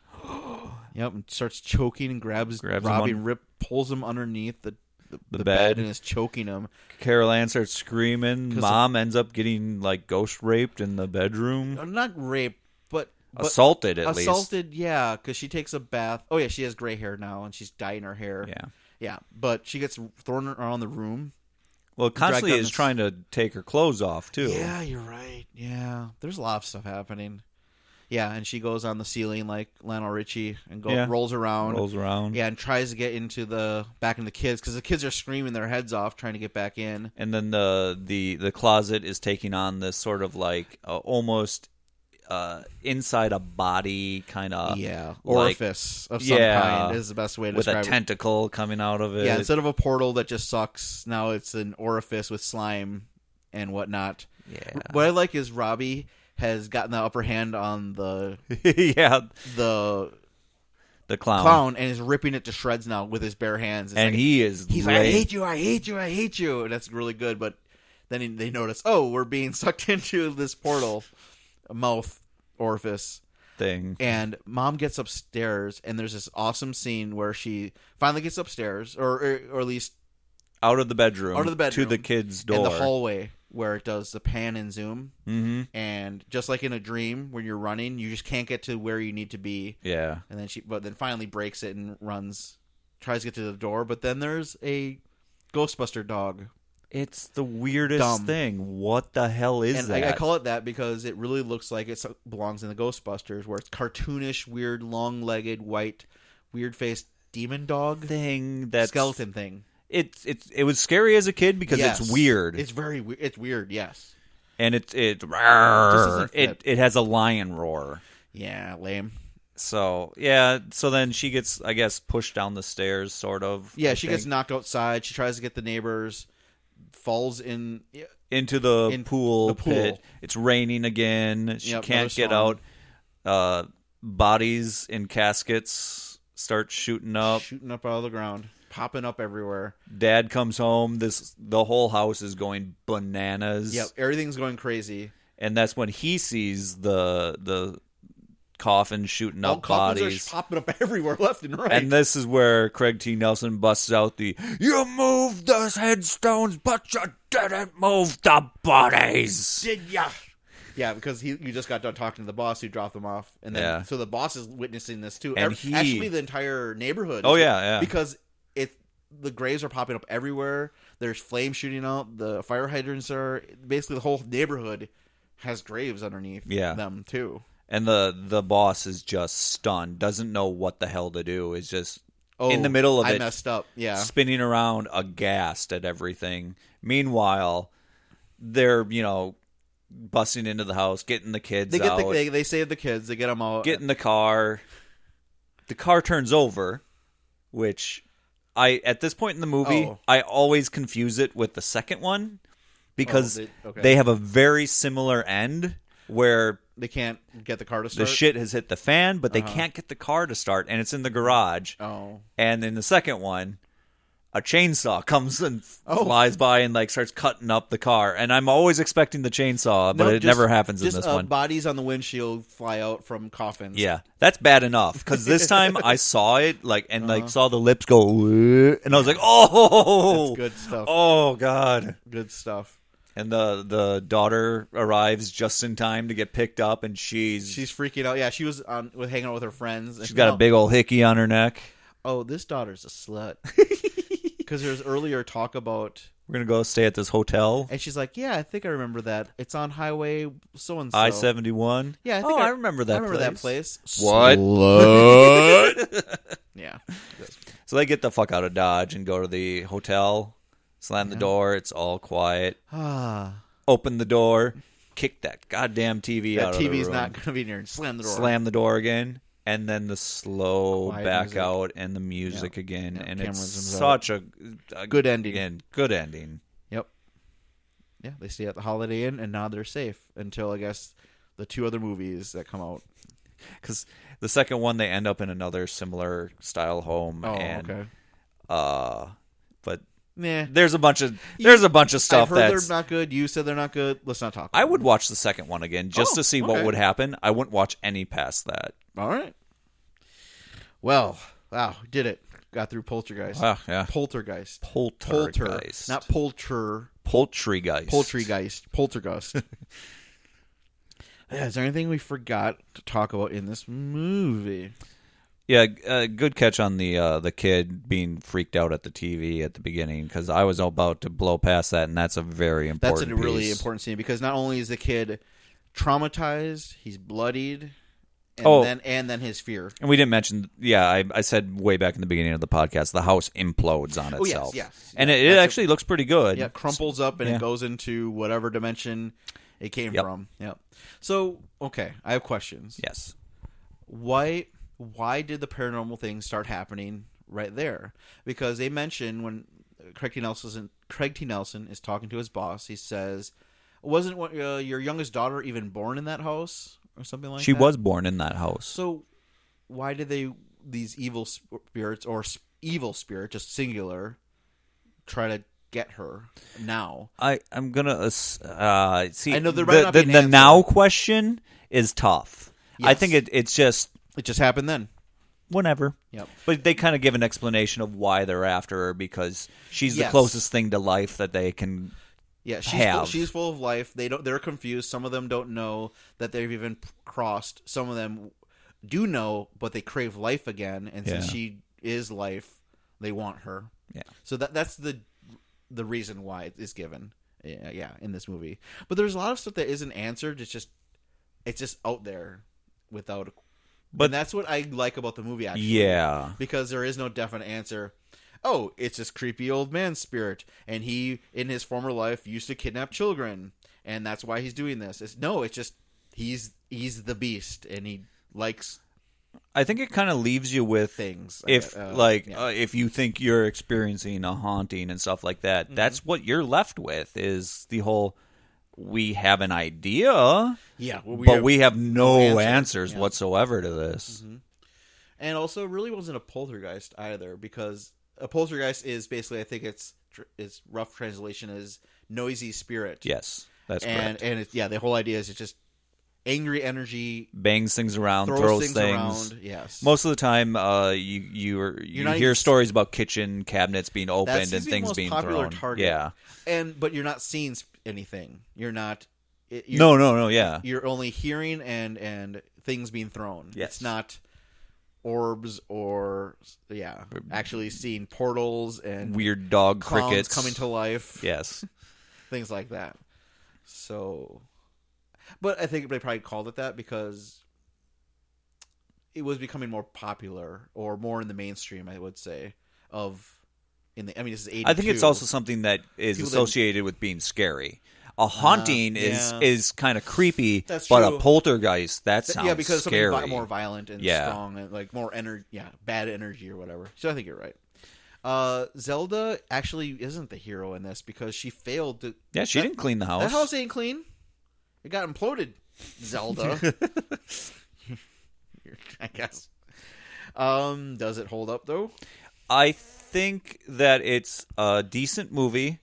S3: Yep. And starts choking and grabs,
S2: Grabs him
S3: Robbie.
S2: on-
S3: Rip pulls him underneath the the, the
S2: bed.
S3: bed. and is choking him.
S2: Carol Ann starts screaming.
S3: 'Cause
S2: Mom ends up getting like ghost raped in the bedroom,
S3: Not rape, but. but
S2: assaulted at least.
S3: assaulted, yeah, because she takes a bath. Oh yeah, she has gray hair now, and she's dyeing her hair.
S2: Yeah.
S3: yeah, but she gets thrown around the room.
S2: Well, constantly
S3: on
S2: is
S3: this-
S2: trying to take her clothes off too.
S3: Yeah, you're right. Yeah, there's a lot of stuff happening. Yeah, and she goes on the ceiling like Lionel Richie and go,
S2: Yeah.
S3: rolls around.
S2: Rolls around.
S3: Yeah, and tries to get into the back into the kids because the kids are screaming their heads off trying to get back in.
S2: and then the the the closet is taking on this sort of like uh, almost uh inside a body kind of
S3: yeah,
S2: Uh, like-
S3: orifice of some
S2: Yeah.
S3: kind is the best way to
S2: with a
S3: describe it.
S2: tentacle coming out of it
S3: Yeah, instead of a portal that just sucks, now it's an orifice with slime and whatnot.
S2: yeah
S3: What I like is Robbie has gotten the upper hand on the
S2: yeah
S3: the
S2: the clown,
S3: clown and is ripping it to shreds now with his bare hands. It's
S2: Uh-huh. and
S3: like,
S2: he is
S3: he's
S2: ra-
S3: like, I hate you, I hate you, I hate you, and that's really good. But then he- they notice, oh, we're being sucked into this portal, mouth orifice,
S2: thing
S3: and mom gets upstairs, and there's this awesome scene where she finally gets upstairs, or or, or at least
S2: out of the bedroom
S3: Out of the
S2: to
S3: bedroom.
S2: the kids door
S3: in the hallway where it does the pan and zoom.
S2: mm-hmm.
S3: And just like in a dream, when you're running, you just can't get to where you need to be.
S2: yeah
S3: and then she but then finally breaks it and runs tries to get to the door but then there's a ghostbuster dog
S2: it's the weirdest
S3: Dumb.
S2: thing what the hell is
S3: and
S2: that
S3: I, I call it that because it really looks like it so- belongs in the ghostbusters where it's cartoonish weird long-legged white weird-faced demon dog
S2: thing that
S3: skeleton thing
S2: it's it's it was scary as a kid because
S3: Yes.
S2: it's weird
S3: it's very weird it's weird yes
S2: and it's it
S3: doesn't
S2: it
S3: fit.
S2: it has a lion roar
S3: yeah lame
S2: So yeah, so then she gets, I guess, pushed down the stairs, sort of.
S3: yeah
S2: I
S3: she
S2: think,
S3: gets knocked outside she tries to get the neighbors falls in
S2: into the
S3: in
S2: pool.
S3: the pool.
S2: Pit. It's raining again. She
S3: Yep,
S2: can't
S3: another
S2: get
S3: storm.
S2: out. Uh, bodies in caskets starts shooting up.
S3: shooting up out of the ground, popping up everywhere.
S2: Dad comes home. This the whole house is going bananas.
S3: Yep, everything's going crazy.
S2: and that's when he sees the the coffin shooting
S3: All
S2: up
S3: Oh, coffins are
S2: bodies.
S3: just popping up everywhere, left and right.
S2: And this is where Craig T. Nelson busts out the "You moved the headstones, but you didn't move the bodies."
S3: did ya? Yeah, because he you just got done talking to the boss who dropped them off, and then
S2: Yeah.
S3: so the boss is witnessing this too.
S2: And
S3: Ev-
S2: he-
S3: actually, the entire neighborhood.
S2: Oh
S3: is-
S2: yeah, yeah.
S3: because it the graves are popping up everywhere. There's flames shooting out. The fire hydrants are basically the whole neighborhood has graves underneath.
S2: Yeah.
S3: them too.
S2: and the the boss is just stunned, doesn't know what the hell to do. Is just
S3: Oh,
S2: in the middle of
S3: I
S2: it,
S3: messed up. Yeah,
S2: spinning around, aghast at everything. Meanwhile, they're you know busting into the house, getting the kids
S3: they get the,
S2: out.
S3: they they save the kids. They get them all.
S2: get in the car. The car turns over, which I at this point in the movie
S3: Oh.
S2: I always confuse it with the second one because
S3: Oh,
S2: they,
S3: they- okay.
S2: have a very similar end where
S3: they can't get the car to
S2: the
S3: start. Uh-huh.
S2: shit has hit the fan, but they can't get the car to start, and it's in the garage.
S3: Oh,
S2: And in the second one, a chainsaw comes and
S3: Oh.
S2: flies by and like starts cutting up the car. And I'm always expecting the chainsaw, but
S3: Nope,
S2: it
S3: just-
S2: never happens in
S3: just,
S2: this
S3: uh,
S2: one.
S3: Bodies on the windshield fly out from coffins.
S2: Yeah, that's bad enough because this time I saw it like and
S3: Uh-huh.
S2: like saw the lips go, "Whoa," and I was like, oh,
S3: That's good stuff.
S2: Oh god!
S3: good stuff.
S2: And the the daughter arrives just in time to get picked up, and she's she's
S3: She's freaking out. Yeah, she was on with hanging out with her friends. and she
S2: got a
S3: found-
S2: big old hickey on her neck.
S3: Oh, this daughter's a slut. Because there's earlier talk about,
S2: We're gonna go stay at this hotel.
S3: and she's like, "Yeah, I think I remember that. It's on Highway so and so."
S2: I seventy one.
S3: Yeah, I think
S2: oh, I, remember that.
S3: I remember that
S2: place.
S3: place.
S2: What?
S3: Yeah,
S2: So they get the fuck out of Dodge and go to the hotel. Slam the door. It's all quiet.
S3: ah,
S2: Open the door. Kick that goddamn TV
S3: that
S2: out of the
S3: TV's
S2: room.
S3: not gonna be near. And slam the door.
S2: slam the door again and then the slow
S3: Quiet
S2: back
S3: music.
S2: out and the music again
S3: Yeah,
S2: and
S3: camera
S2: it's
S3: zooms out.
S2: such a, a
S3: Good ending.
S2: again, good ending
S3: Yep. Yeah, they stay at the Holiday Inn, and now they're safe until I guess the two other movies that come out.
S2: because the second one they end up in another similar style home
S3: Oh,
S2: and
S3: okay.
S2: uh but
S3: Nah.
S2: there's a bunch of there's a bunch of
S3: I've
S2: stuff
S3: heard
S2: that's
S3: they're not good. You said they're not good. Let's not talk. About
S2: I would watch the second one again just
S3: Oh,
S2: to see what
S3: okay.
S2: would happen. I wouldn't watch any past that.
S3: All right. Well, wow, did it. Got through Poltergeist.
S2: Ah, yeah.
S3: Poltergeist. Polter.
S2: Poltergeist.
S3: Not Polter.
S2: poultrygeist.
S3: Poltergeist. Poltergeist. yeah, is there anything we forgot to talk about in this movie?
S2: Yeah, g- uh, good catch on the uh, the kid being freaked out at the TV at the beginning because I was about to blow past that, and that's a very important.
S3: That's a really
S2: piece.
S3: important scene because not only is the kid traumatized, he's bloodied, and
S2: Oh.
S3: then and then his fear.
S2: And we didn't mention. Yeah, I, I said way back in the beginning of the podcast, the house implodes on
S3: Oh, yes,
S2: itself.
S3: yes.
S2: and it, it
S3: That's a-
S2: actually looks pretty good.
S3: Yeah, it crumples up and
S2: Yeah.
S3: it goes into whatever dimension it came
S2: Yep.
S3: from. Yep. So, okay, I have questions.
S2: Yes.
S3: why why did the paranormal things start happening right there? Because they mention when Craig T. Nelson Craig T. Nelson is talking to his boss, he says, "Wasn't what, uh, your youngest daughter even born in that house or something like
S2: She
S3: that?"
S2: was born in that house.
S3: So why did they these evil spirits or s- evil spirit just singular try to get her now?
S2: I I'm gonna ass- uh, see.
S3: I know there might
S2: the
S3: not
S2: the,
S3: be an
S2: the
S3: answer.
S2: now question is tough. I
S3: Yes.
S2: think it, it's just
S3: It just happened then.
S2: whenever.
S3: Yep.
S2: But they kind of give an explanation of why they're after her because she's the
S3: Yes.
S2: closest thing to life that they can.
S3: Yeah, she's full,
S2: have.
S3: she's full of life. They don't. They're confused. Some of them don't know that they've even p- crossed. Some of them do know, but they crave life again. And since
S2: Yeah.
S3: she is life, they want her.
S2: Yeah.
S3: So that that's the the reason why it is given. Yeah, yeah, in this movie. But there's a lot of stuff that isn't answered. It's just it's just out there without. A,
S2: But-
S3: but that's what I like about the movie. Actually,
S2: Yeah.
S3: because there is no definite answer. Oh, it's this creepy old man spirit, and he in his former life used to kidnap children, and that's why he's doing this. It's no, it's just he's he's the beast, and he likes
S2: I think it kind of leaves you with
S3: things.
S2: if
S3: Uh,
S2: like
S3: yeah.
S2: uh, if you think you're experiencing a haunting and stuff like that,
S3: Mm-hmm.
S2: that's what you're left with is the whole we have an idea,
S3: yeah, well,
S2: but we have no
S3: answer.
S2: answers
S3: Yeah. Mm-hmm.
S2: whatsoever to this.
S3: and also really wasn't a poltergeist either because a poltergeist is basically I think it's tr- its rough translation is noisy spirit.
S2: Yes, that's
S3: and
S2: correct.
S3: and it, yeah, the whole idea is it's just angry energy
S2: Bangs things around,
S3: throws, things,
S2: things.
S3: around. Yes,
S2: Most of the time, uh, you you are, you
S3: not
S2: hear
S3: even-
S2: stories about kitchen cabinets being opened
S3: That seems
S2: and
S3: to be the
S2: things
S3: most
S2: being
S3: popular
S2: thrown.
S3: target.
S2: Yeah,
S3: and but you're not seeing sp- anything. You're not. It, you're,
S2: no, no, no, yeah,
S3: you're only hearing and and things being thrown.
S2: Yes.
S3: It's not orbs or yeah, actually seeing portals and
S2: weird dog
S3: clowns
S2: crickets
S3: coming to life,
S2: Yes,
S3: things like that. So, but I think they probably called it that because it was becoming more popular or more in the mainstream. I would say of in the. I mean, this is eighty.
S2: I think it's also something that is
S3: People that- Uh,
S2: associated with being scary. A haunting is
S3: yeah.
S2: is kind of creepy,
S3: That's
S2: but
S3: true.
S2: a poltergeist that sounds
S3: yeah, because
S2: scary.
S3: something vi- more violent and
S2: Yeah.
S3: strong and like more energy, yeah, bad energy or whatever. So I think you're right. Uh, Zelda actually isn't the hero in this because she failed to.
S2: yeah, she didn't clean the house.
S3: That house ain't clean. It got imploded. Zelda. I guess. Um, does it hold up though?
S2: I think that it's a decent movie.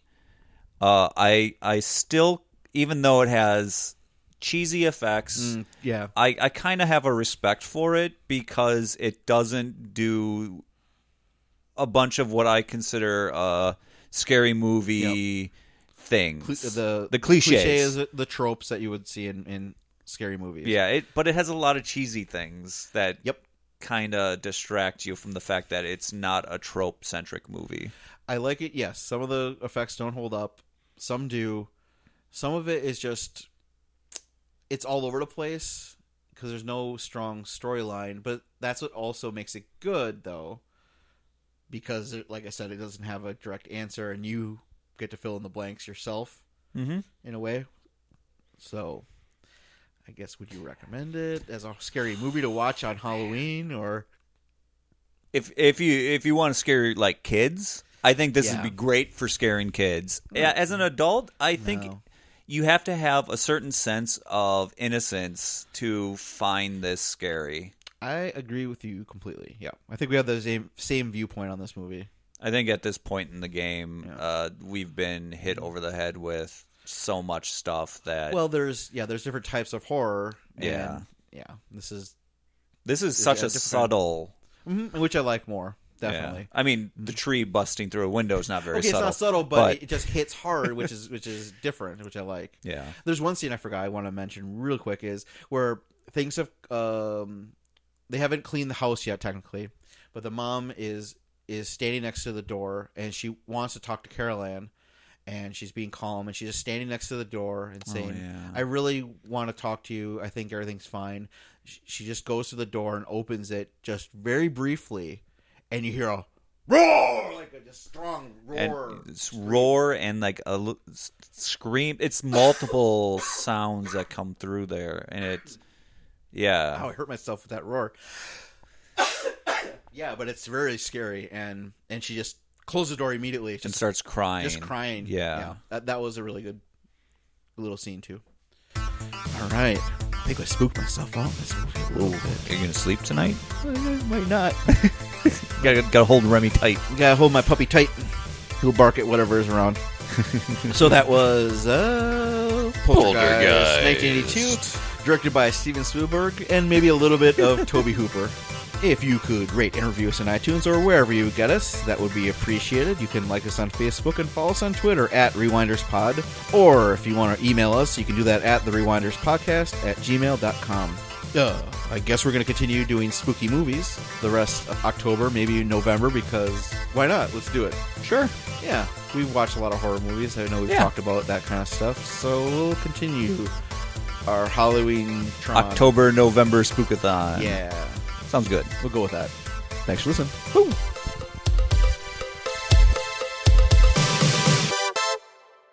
S2: Uh, I I still, even though it has cheesy effects,
S3: yeah.
S2: I, I kind of have a respect for it because it doesn't do a bunch of what I consider uh, scary movie things.
S3: The
S2: the cliches.
S3: cliche is the tropes that you would see in, in scary movies.
S2: yeah, it, but it has a lot of cheesy things that
S3: Yep.
S2: kind of distract you from the fact that it's not a trope centric movie.
S3: I like it. Yes, some of the effects don't hold up. Some do. Some of it is just it's all over the place because there's no strong storyline, but that's what also makes it good though because it- like I said it doesn't have a direct answer and you get to fill in the blanks yourself
S2: Mm-hmm.
S3: in a way. So I guess would you recommend it as a scary movie to watch on Halloween or
S2: If if you if you want to scare like kids, I think this
S3: Yeah.
S2: would be great for scaring kids. Yeah, as an adult, I think
S3: No.
S2: you have to have a certain sense of innocence to find this scary.
S3: I agree with you completely. Yeah, I think we have the same same viewpoint on this movie.
S2: I think at this point in the game,
S3: Yeah. Mm-hmm.
S2: uh, we've been hit over the head with so much stuff that
S3: Well, there's yeah, there's different types of horror. and-
S2: Yeah.
S3: yeah. This is
S2: this is such
S3: yeah,
S2: a
S3: different-
S2: subtle.
S3: mhm, which I like more
S2: yeah.
S3: definitely. Mm-hmm.
S2: I mean, the tree busting through a window is not very
S3: okay,
S2: subtle.
S3: it's not subtle, but,
S2: but-
S3: it just hits hard, which is which is different, which I like.
S2: Yeah.
S3: There's one scene I forgot I want to mention real quick is where things have um they haven't cleaned the house yet technically, but the mom is is standing next to the door and she wants to talk to Carol Ann and she's being calm and she's just standing next to the door and saying
S2: Oh, yeah.
S3: I really want to talk to you. I think everything's fine. Sh- She just goes to the door and opens it just very briefly and you hear a roar like a just strong
S2: And
S3: roar.
S2: it's roar and like a l- s- scream. It's multiple sounds that come through there, and it's yeah.
S3: Wow, I hurt myself with that roar. yeah, but it's very scary, and and she just closed the door immediately,
S2: and
S3: just
S2: starts crying.
S3: just crying.
S2: Yeah.
S3: that, that was a really good little scene too. All right, I think I spooked myself out in this movie a little
S2: Are you gonna sleep tonight?
S3: bit. Uh, Might not.
S2: Gotta gotta hold Remy tight.
S3: Gotta hold my puppy tight. He'll bark at whatever is around. so that was uh, Poltergeist, 1982, directed by Steven Spielberg, and maybe a little bit of Toby Hooper. If you could rate and review us on iTunes or wherever you get us, that would be appreciated. You can like us on Facebook and follow us on Twitter at RewindersPod. Or if you want to email us, you can do that at TheRewindersPodcast at gmail.com. Uh, I guess we're going to continue doing spooky movies the rest of October, maybe November, because why not? Let's do it.
S2: Sure.
S3: Yeah, we watch a lot of horror movies. I know we've
S2: Yeah.
S3: talked about that kind of stuff. So we'll continue our Halloween Tron.
S2: October, November spookathon.
S3: Yeah,
S2: Sounds good.
S3: we'll go with that. Thanks for listening.